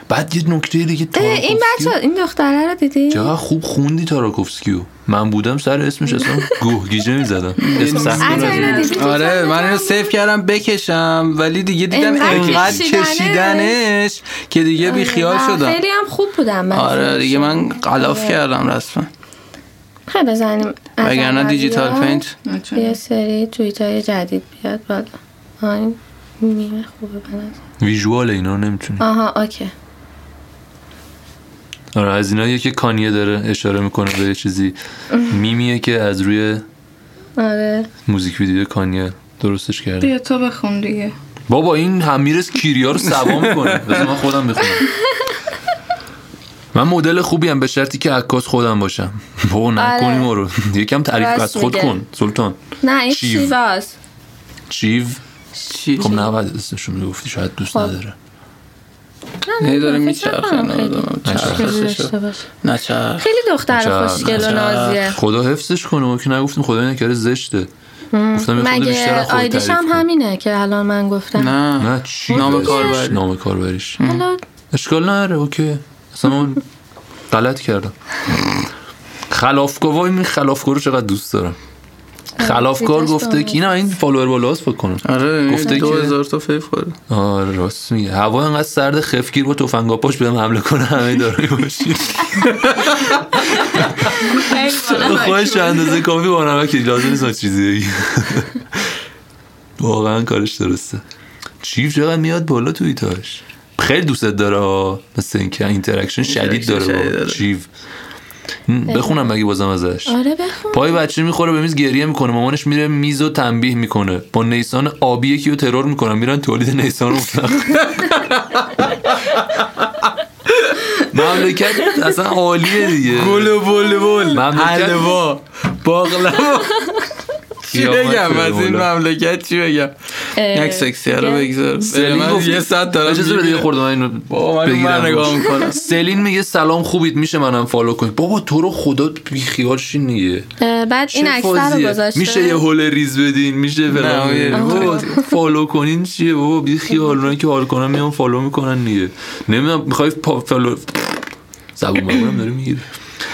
S1: بعد یه نکته دیگه
S2: خب،
S3: اه،
S1: تارکوفسکی
S3: این بچه این دختره رو دیدی؟
S1: چقدر خوب خوندی تاراکوفسکیو من بودم سر اسمش اصلا گوهگیجه میزدم اسم سختی
S3: عطا
S1: نزدم.
S3: اینو دیدی تو
S2: آره
S3: چند
S2: من اینو
S3: نفر؟
S2: سیف کردم بکشم ولی دیگه دیدم
S3: اینقدر
S2: انقدر
S3: کشیدنش. آره،
S2: کشیدنش که دیگه بیخیال
S3: نه،
S2: شدم
S3: خیلی هم خوب بودم من
S2: آره دیگه من قلاف
S3: آره.
S2: کردم رسما
S3: خیلی خب، بزنیم
S2: وگرنه
S3: عجب
S2: دیجیتال
S3: بازی‌ها.
S2: پینت
S5: آره.
S3: یه سری توییت های جدید بیاد بالا آه، این میمه خوبه بنظر
S1: ویژوال اینا نمیتونی
S3: آها اوکی
S1: آره از ایناییه که کانیه داره اشاره میکنه به یه چیزی میمیه که از روی
S3: آره
S1: موزیک ویدیو کانیه درستش کرده
S5: بیا تو بخون دیگه
S1: بابا این همیرس کیریا رو سوا میکنه بذار من خودم بخونم من مدل خوبی هم به شرطی که عکاس خودم باشم بابا نکنی
S3: آره.
S1: ما رو یکم تعریف
S3: راست
S1: از خود
S3: میگه.
S1: کن سلطان
S3: نه این
S1: شیو.
S3: شیواست
S1: چیو
S2: چی
S1: خب نباید اسمشو میگفتی شاید
S3: خب.
S1: دوست نداره
S2: نه داره
S3: فکر
S2: میچرخه
S3: نکنم خیلی. خیلی
S2: نه
S3: داشته باشه.
S2: نچرخ
S3: خیلی دختر
S1: عجب،
S3: آره، خوشگل و
S1: عجب.
S3: نازیه
S1: خدا حفظش کنه ما که نگفتیم خدا نکره زشته گفتم یه خورده بیشتر
S3: مگه
S1: از خود
S3: آیدیش
S1: تعریف
S3: هم
S1: کن.
S3: همینه که الان من گفتم
S2: نه
S1: نه چی
S2: نام
S1: اسمش؟
S2: کاربری.
S1: نام کاربریش
S3: حالا
S1: اشکال نداره اوکی اصلا من غلط کردم خلافکار وای این خلافکار رو چقدر دوست دارم خلافکار
S3: دیدش
S1: گفته
S3: دارم.
S1: که این این فالوور بالاست بکنم
S2: آره
S1: گفته
S2: گفته
S1: که-
S2: دو هزار تا فیف خورد
S1: آره راست میگه هوا انقدر سرد خفگیر با تفنگا پاش بهم حمله کنه همه دارایی باشی خودش اندازه کافی با نمکه لازم نیست از چیزی بگی. واقعا کارش درسته چیف چقدر میاد بالا تو ایتاش خیلی دوست داره ها. مثل اینکه اینتراکشن شدید
S2: اینتراکشن شدید
S1: داره با
S2: داره.
S1: چیف م، بخونم مگه بازم ازش
S3: آره بخون
S1: پای بچه میخوره به میز گریه میکنه مامانش میره میز و تنبیه میکنه با نیسان آبی یکی رو ترور میکنن میرن تولید نیسان رو مطلق. مملکت اصلا عالیه دیگه
S2: گل و بل بل
S1: مملکت-
S2: حلوا باقلوا چی
S1: قیامت
S2: بگم از این
S1: شده
S2: مملکت چی بگم
S3: اه،
S2: یک سکسی رو
S3: یه-
S2: بگذار
S1: سلین
S2: من
S1: گفت-
S2: یه ساعت دارم
S1: اجازه بده یه
S2: می‌بینم.
S1: خورده من اینو
S2: بابا من رو
S1: بگیرم.
S2: من نگاه میکنم
S1: سلین میگه سلام خوبید میشه منم فالو کنید بابا تو رو خدا بی خیال شین دیگه
S3: اه، بعد این
S1: چه
S3: عکس‌ها رو
S1: فازیه؟
S3: گذاشته
S1: میشه یه هول ریز بدین میشه
S2: نه،
S1: فلان
S2: یه
S1: بدین؟
S2: هول
S1: بابا، فالو کنین چیه بابا بی خیال اونایی که حال کنن میان فالو میکنن دیگه نمیدونم میخوای پا فالو زبون مامورم داره میگیره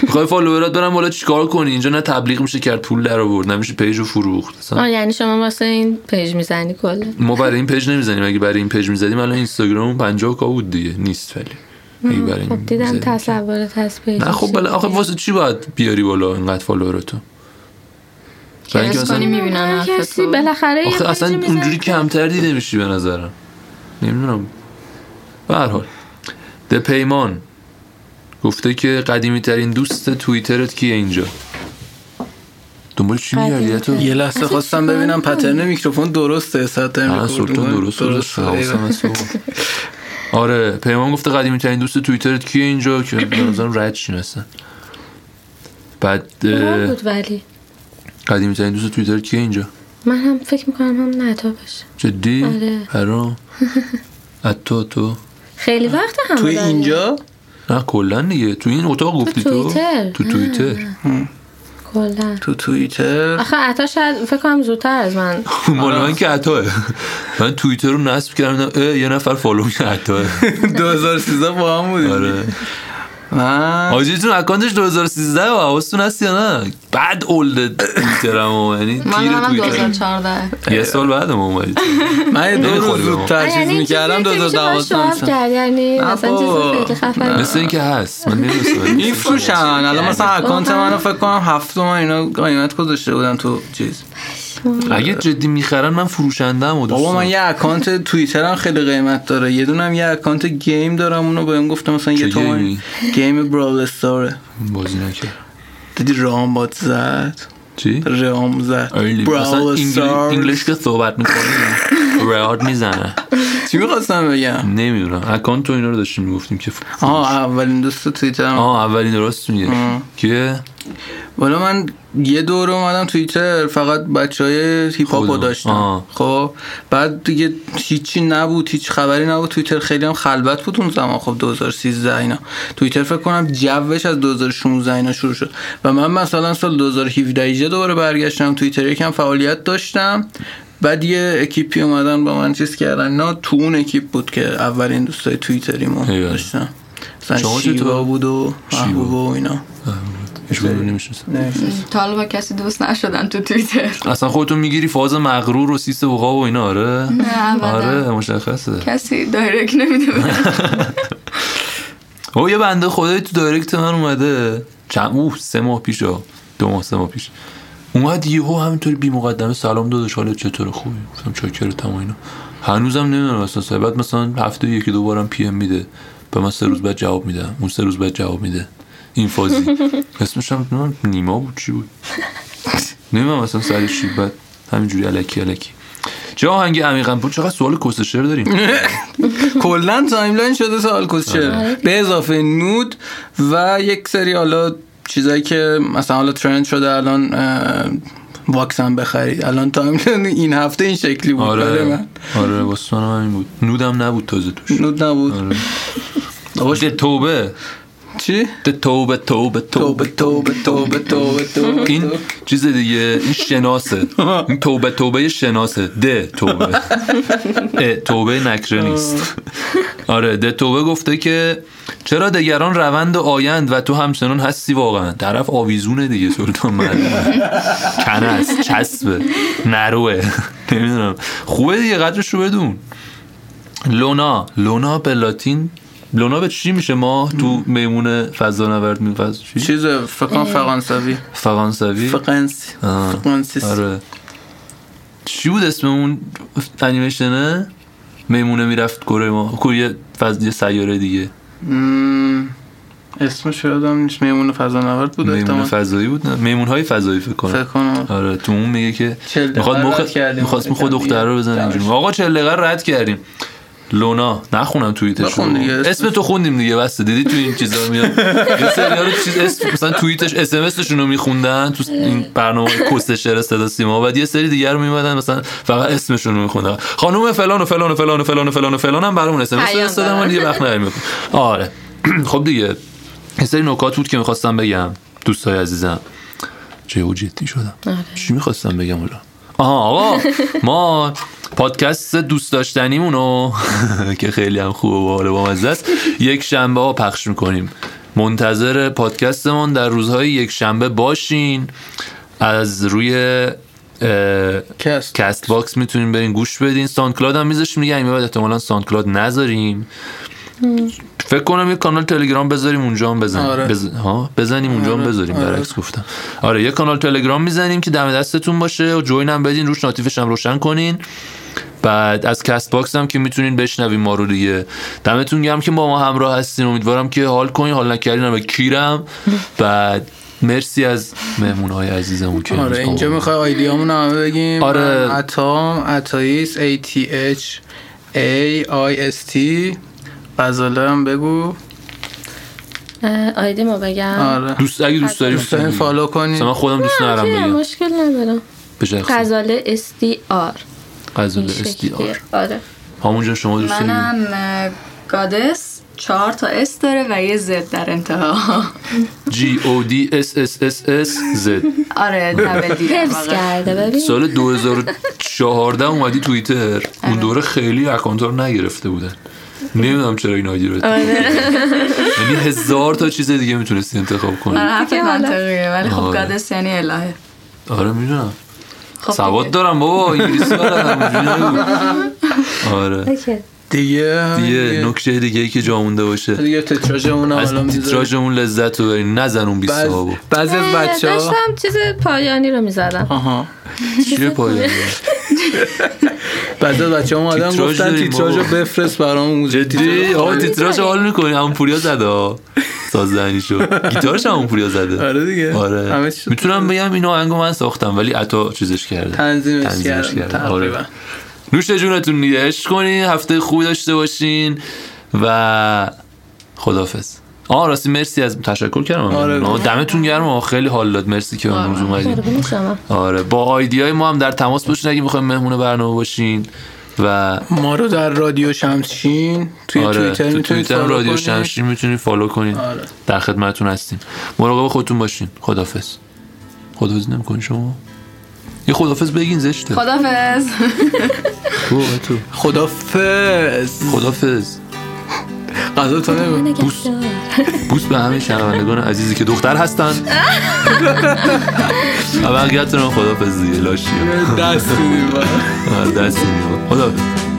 S1: میخوای فالوورات برن بالا چیکار کنی اینجا نه تبلیغ میشه کرد پول در آورد نمیشه پیج رو فروخت اصلا
S3: آه یعنی شما واسه این پیج میزنی کلا
S1: ما برای این پیج نمیزنیم اگه برای این پیج میزدیم الان اینستاگرام 50 کا بود دیگه نیست ولی اگه برای این
S3: خب دیدم
S1: می‌زدیم.
S3: تصورت هست پیج
S1: نه خب
S3: میشه.
S1: بله آخه واسه چی باید بیاری بالا اینقدر فالووراتو برای اینکه
S5: کلاس
S1: مثلا-
S5: کنی میبینم
S3: هر
S5: حرف
S3: کسی
S5: تو.
S3: بالاخره یه
S1: آخه
S3: پیج
S1: اصلا
S3: میزنه.
S1: اونجوری کمتر دیده میشی به نظرم نمیدونم به هر حال ده پیمان گفته که قدیمی ترین دوست توییترت کیه اینجا دنبال چی میگردی تو
S2: یه لحظه خواستم ببینم پترن میکروفون درسته ساعت داریم
S1: نه
S2: رکورد
S1: سلطان
S2: می‌کنیم.
S1: درست درست
S2: ایول.
S1: حواسم هست بابا. آره پیمان گفته قدیمی ترین دوست توییترت کیه اینجا که به نظرم رد شین اصلا بعد
S3: خوب
S1: اه،
S3: خب، بود ولی
S1: قدیمی ترین دوست توییترت کیه اینجا
S3: من هم فکر میکنم هم نتا باشه
S1: جدی
S3: آره.
S1: برام اتو تو
S3: خیلی وقت هم
S2: توی اینجا
S1: نه کلا دیگه تو این اتاق گفتی تو
S3: توییتر.
S1: تو توییتر
S3: کلا
S2: تو توییتر
S3: آخه عطا شاید فکر کنم زودتر از من
S1: مال من که عطاه من توییتر رو نصب کردم اه، یه نفر فالو می عطاه
S2: 2013 با هم بودیم
S1: آره
S2: من-
S1: حاجیتون اکانتش 2013 و حواستون هست یا نه بعد اولد توییترم و یعنی
S5: من
S1: پیر
S5: منم
S1: توییتر
S5: 2014
S1: یه سال بعد ما اومدید
S2: من یه دو روز
S1: نمی‌خوری به ما.
S2: زودتر چیز
S3: یعنی این
S2: میکردم
S3: چیزیه که میشه باهاش
S2: 2012
S3: شوخی کرد یعنی
S2: نه
S3: اصلا چیز
S2: بابا.
S3: خیلی خفنی
S1: مثل اینکه هست من
S2: این
S1: نمی‌دونستم.
S2: فروشن الان مثلا اکانت منو فکر کنم هفت تومن اینا قیمت گذاشته بودن تو چیز
S1: اگه جدی میخرن من فروشندم و
S2: بابا من
S1: دوستان.
S2: یه اکانت توییترم خیلی قیمت داره یه دونم یه اکانت گیم دارم اونو بهم گفتم مثلا
S1: چه
S2: یه تومن
S1: گیمی؟
S2: گیم براول استاره
S1: بازی نکردم
S2: دیدی رام بات زد
S1: چی؟
S2: رام زد
S1: آیلی اصلا
S2: براول
S1: انگلی-
S2: استار
S1: انگلیش که صحبت میکنی رعاد میزنه
S2: چی میخواستم بگم
S1: نمیدونم اکانت تو اینا رو داشتیم میگفتیم که ف-
S2: آها اولین دوست توییترم
S1: آه اولین راست میگه که
S2: والا من یه دوره اومدم توییتر فقط بچه های هیپ هاپو
S1: خودمون.
S2: داشتم
S1: آه.
S2: خب بعد دیگه هیچی نبود هیچ خبری نبود توییتر خیلی هم خلوت بود اون زمان خب 2013 اینا توییتر فکر کنم جوش از 2016 اینا شروع شد و من مثلا سال 2017 ایجه دوباره برگشتم توییتر یکم فعالیت داشتم بعد یه اکیپی اومدن با من چیز کردن نه تو اون اکیپ بود که اولین دوستای توییتریمو
S1: ایوه.
S2: داشتم مثلا
S1: شما
S2: شیوا
S1: چطور؟
S2: بود و
S1: شیوا.
S2: محبوب و اینا
S1: هیچ کدوم نمی‌شناسم.
S5: تا حالا با کسی دوست نشدن تو توییتر
S1: اصلا خودتون میگیری فاز مغرور و سیست وقا و اینا آره
S5: نه، ابدا.
S1: آره مشخصه
S5: کسی دایرکت نمیده بود.
S1: او یه بنده خدایی تو دایرکت من اومده چند اوه سه ماه پیش ها. دو ماه سه ماه پیش اومد یهو همینطوری بی مقدمه سلام دادش حالت چطور خوبی گفتم چاکرتم و اینا هنوزم نمیدونم اصلا بعد مثلا هفته یکی دو بارم پی ام میده به من سه روز بعد جواب میدم اون سه روز بعد جواب میده این فازی اسمش هم نمیدونم نیما بود چی بود نمیدونم اصلا سر چی بعد همینجوری الکی الکی چه آهنگ عمیقا بود چقدر سوال کس شعر داریم
S2: کلا تایملاین شده سال
S1: آره.
S2: کوچه به اضافه نود و یک سری حالا چیزایی که مثلا حالا ترند شده الان اه، واکسن بخرید الان تایملاین این هفته این شکلی بود برای
S1: آره
S2: من
S1: آره واسه من هم این بود نودم نبود تازه توش
S2: نود
S1: آره.
S2: نبود
S1: آقا ده توبه
S2: چی؟
S1: ده توبه توبه
S2: توبه
S1: توبه
S2: توبه توبه توبه توبه
S1: این چیز دیگه این شناسه این توبه توبه شناسه ده توبه اه، توبه نکره نیست آره ده توبه گفته که چرا دگران روند آیند و تو همچنان هستی واقعا طرف آویزونه دیگه سلطان من کنست چسبه نروه نمیدونم خوبه دیگه قدرش رو بدون لونا لونا به لاتین لونا به چی میشه ما تو میمون فضا نورد می فضا چی؟
S2: چیز فکر کنم فرانسوی
S1: فرانسوی
S2: فرانسی
S1: آه.
S2: فرانسیس
S1: آره چی بود اسم اون انیمیشنه میمونه میرفت کره ما کره فضا یه سیاره دیگه
S2: مم، اسمش یادم نیست میمون فضا نورد بود
S1: میمون
S2: احتمال
S1: فضایی بود نه میمون های فضایی فکر
S2: فکر
S1: کنم
S2: کنم
S1: آره تو اون میگه که
S2: چل دقیقه
S1: میخواد
S2: رد
S1: مخ
S2: کردیم.
S1: میخواست مخ
S2: یکم دیگه.
S1: دختر رو بزنه اینجوری آقا چل دقیقه رد کردیم لونا نخونم توییتش رو
S2: بخون دیگه، اسم-
S1: اسم تو خوندیم دیگه بسته دیدی تو این چیزا میاد یه سریا رو چیز اسم مثلا توییتش اس ام رو میخوندن تو این برنامه کست شعر صدا سیما و بعد یه سری دیگر رو میمدن مثلا فقط اسمشون رو میخوندن خانم فلان و فلان و فلان و فلان و فلان و فلان هم برامون اس ام اس
S3: پیام
S1: دادن ما
S3: دادن.
S1: دیگه وقت نمیکنیم آره خب دیگه یه سری نکات بود که میخواستم بگم دوستای عزیزم چه او جدی شدم چی میخواستم بگم حالا آها آقا ما پادکست دوست داشتنیمون رو که خیلی هم خوبه و حالا با مزه است یک شنبه ها پخش میکنیم منتظر پادکستمون در روزهای یک شنبه باشین از روی اه،
S2: کست
S1: کست باکس میتونین برین گوش بدین ساند کلاد هم میذاشیم میگه این بعد احتمالا ساند کلاد نذاریم فکر کنم یه کانال تلگرام بذاریم اونجا هم بزنیم
S2: آره.
S1: بز- ها بزنیم اونجا هم
S2: آره.
S1: بذاریم
S2: آره.
S1: برعکس گفتم آره یه کانال تلگرام میزنیم که دم دستتون باشه و جوین هم بدین روش ناتیفش هم روشن کنین بعد از کست باکس هم که میتونین بشنوین ما رو دیگه دمتون گرم که با ما همراه هستین امیدوارم که حال کنین حال نکردین هم به کیرم بعد مرسی از مهمون های عزیزمون که امروز
S2: آره
S1: با
S2: اینجا
S1: ما
S2: میخوای آیدیامون همه بگیم
S1: آره.
S2: من اتام اتاییس A T H A I S T غزاله هم بگو
S3: اه، آیدی ما بگم
S2: آره
S1: دوست اگه دوست داری
S2: دوست دارین فالو
S1: مثلا من
S2: کنید
S1: خودم دوست
S3: نه،
S1: ندارم
S3: اوکیه،
S1: بگم
S3: مشکل ندارم
S1: به
S2: خب.
S1: شخص
S3: غزاله استی آر
S1: غزل استی آر
S3: آره
S1: همونجا شما دوست داری
S5: منم اه، گادس چهار تا اس داره و یه زد در انتها
S1: جی او دی اس اس اس اس زد
S5: آره دبل دی در
S3: حفظ
S5: واقع.
S3: کرده ببین
S1: سال 2014 اومدی توییتر اون دوره خیلی اکانت رو نگرفته بودن نمیدونم چرا این آیدی رو
S3: آره.
S1: یعنی هزار تا چیز دیگه میتونستی انتخاب
S5: آره،
S1: کنی
S5: حرف
S3: دیگه حالا.
S5: منطقیه ولی خب
S1: آره.
S5: گادس یعنی الهه
S1: آره میدونم
S5: خب
S1: سواد
S5: دیگه.
S1: دارم بابا انگلیسی بلدم اونجوری نبود. آره
S3: اوکی.
S2: دیگه
S1: دیگه نکته دیگه ای که جا مونده باشه
S2: دیگه تیتراژمون هم
S1: از
S2: الان می‌ذاریم.
S1: تیتراژمون لذت رو برین نزن اون 20
S2: بعض-
S1: صاحبو
S2: بعضی از
S3: اه،
S2: بچه ها
S3: داشتم چیز پایانی رو میزدم
S2: آها
S1: چیه پایه
S2: بعضی از بچه ها اومدن
S1: تیتراژ
S2: گفتن
S1: داریم
S2: تیتراژ رو
S1: بابا.
S2: بفرست برامون
S1: جدی آقا تیتراژ
S3: می‌زنی؟
S2: آره.
S1: حال میکنی همون پوریا زده ها. سازدهنیشو گیتارش همون پوریا زده
S2: آره دیگه. همه
S1: آره
S2: چیز-
S1: میتونم بگم اینو آهنگو من ساختم ولی عطا چیزش کرده
S2: تنظیمش کردن
S1: آره
S2: تقریبا
S1: نوش جونتون دیگه عشق کنین هفته خوبی داشته باشین و خدافظ آه راستی مرسی از تشکر کردم
S2: آره.
S1: آه، دمتون گرم آه، خیلی حال داد مرسی که امروز اومدین
S3: قربون شما
S1: آره با آیدیای ما هم در تماس باشین اگه میخوایم مهمون برنامه باشین و
S2: ما رو در رادیو شمشین توی
S1: آره
S2: توییتر
S1: تو
S2: میتونید
S1: توییتر
S2: فالو
S1: رادیو
S2: کنید.
S1: شمشین میتونید فالو کنید
S2: آره.
S1: در خدمتتون هستیم مراقب خودتون باشین خدافظ خدافظ نمی‌کنین شما یه خدافظ بگین زشته
S5: خدافز
S1: تو تو
S2: خدافظ
S1: خدافظ
S2: غذا تو نمی-
S1: بوس به همه شنوندگان عزیزی که دختر هستن و بقیتون هم خدافظ دیگه لاشی
S2: دست می‌دیم.
S1: دست می‌دیم. خداحافظ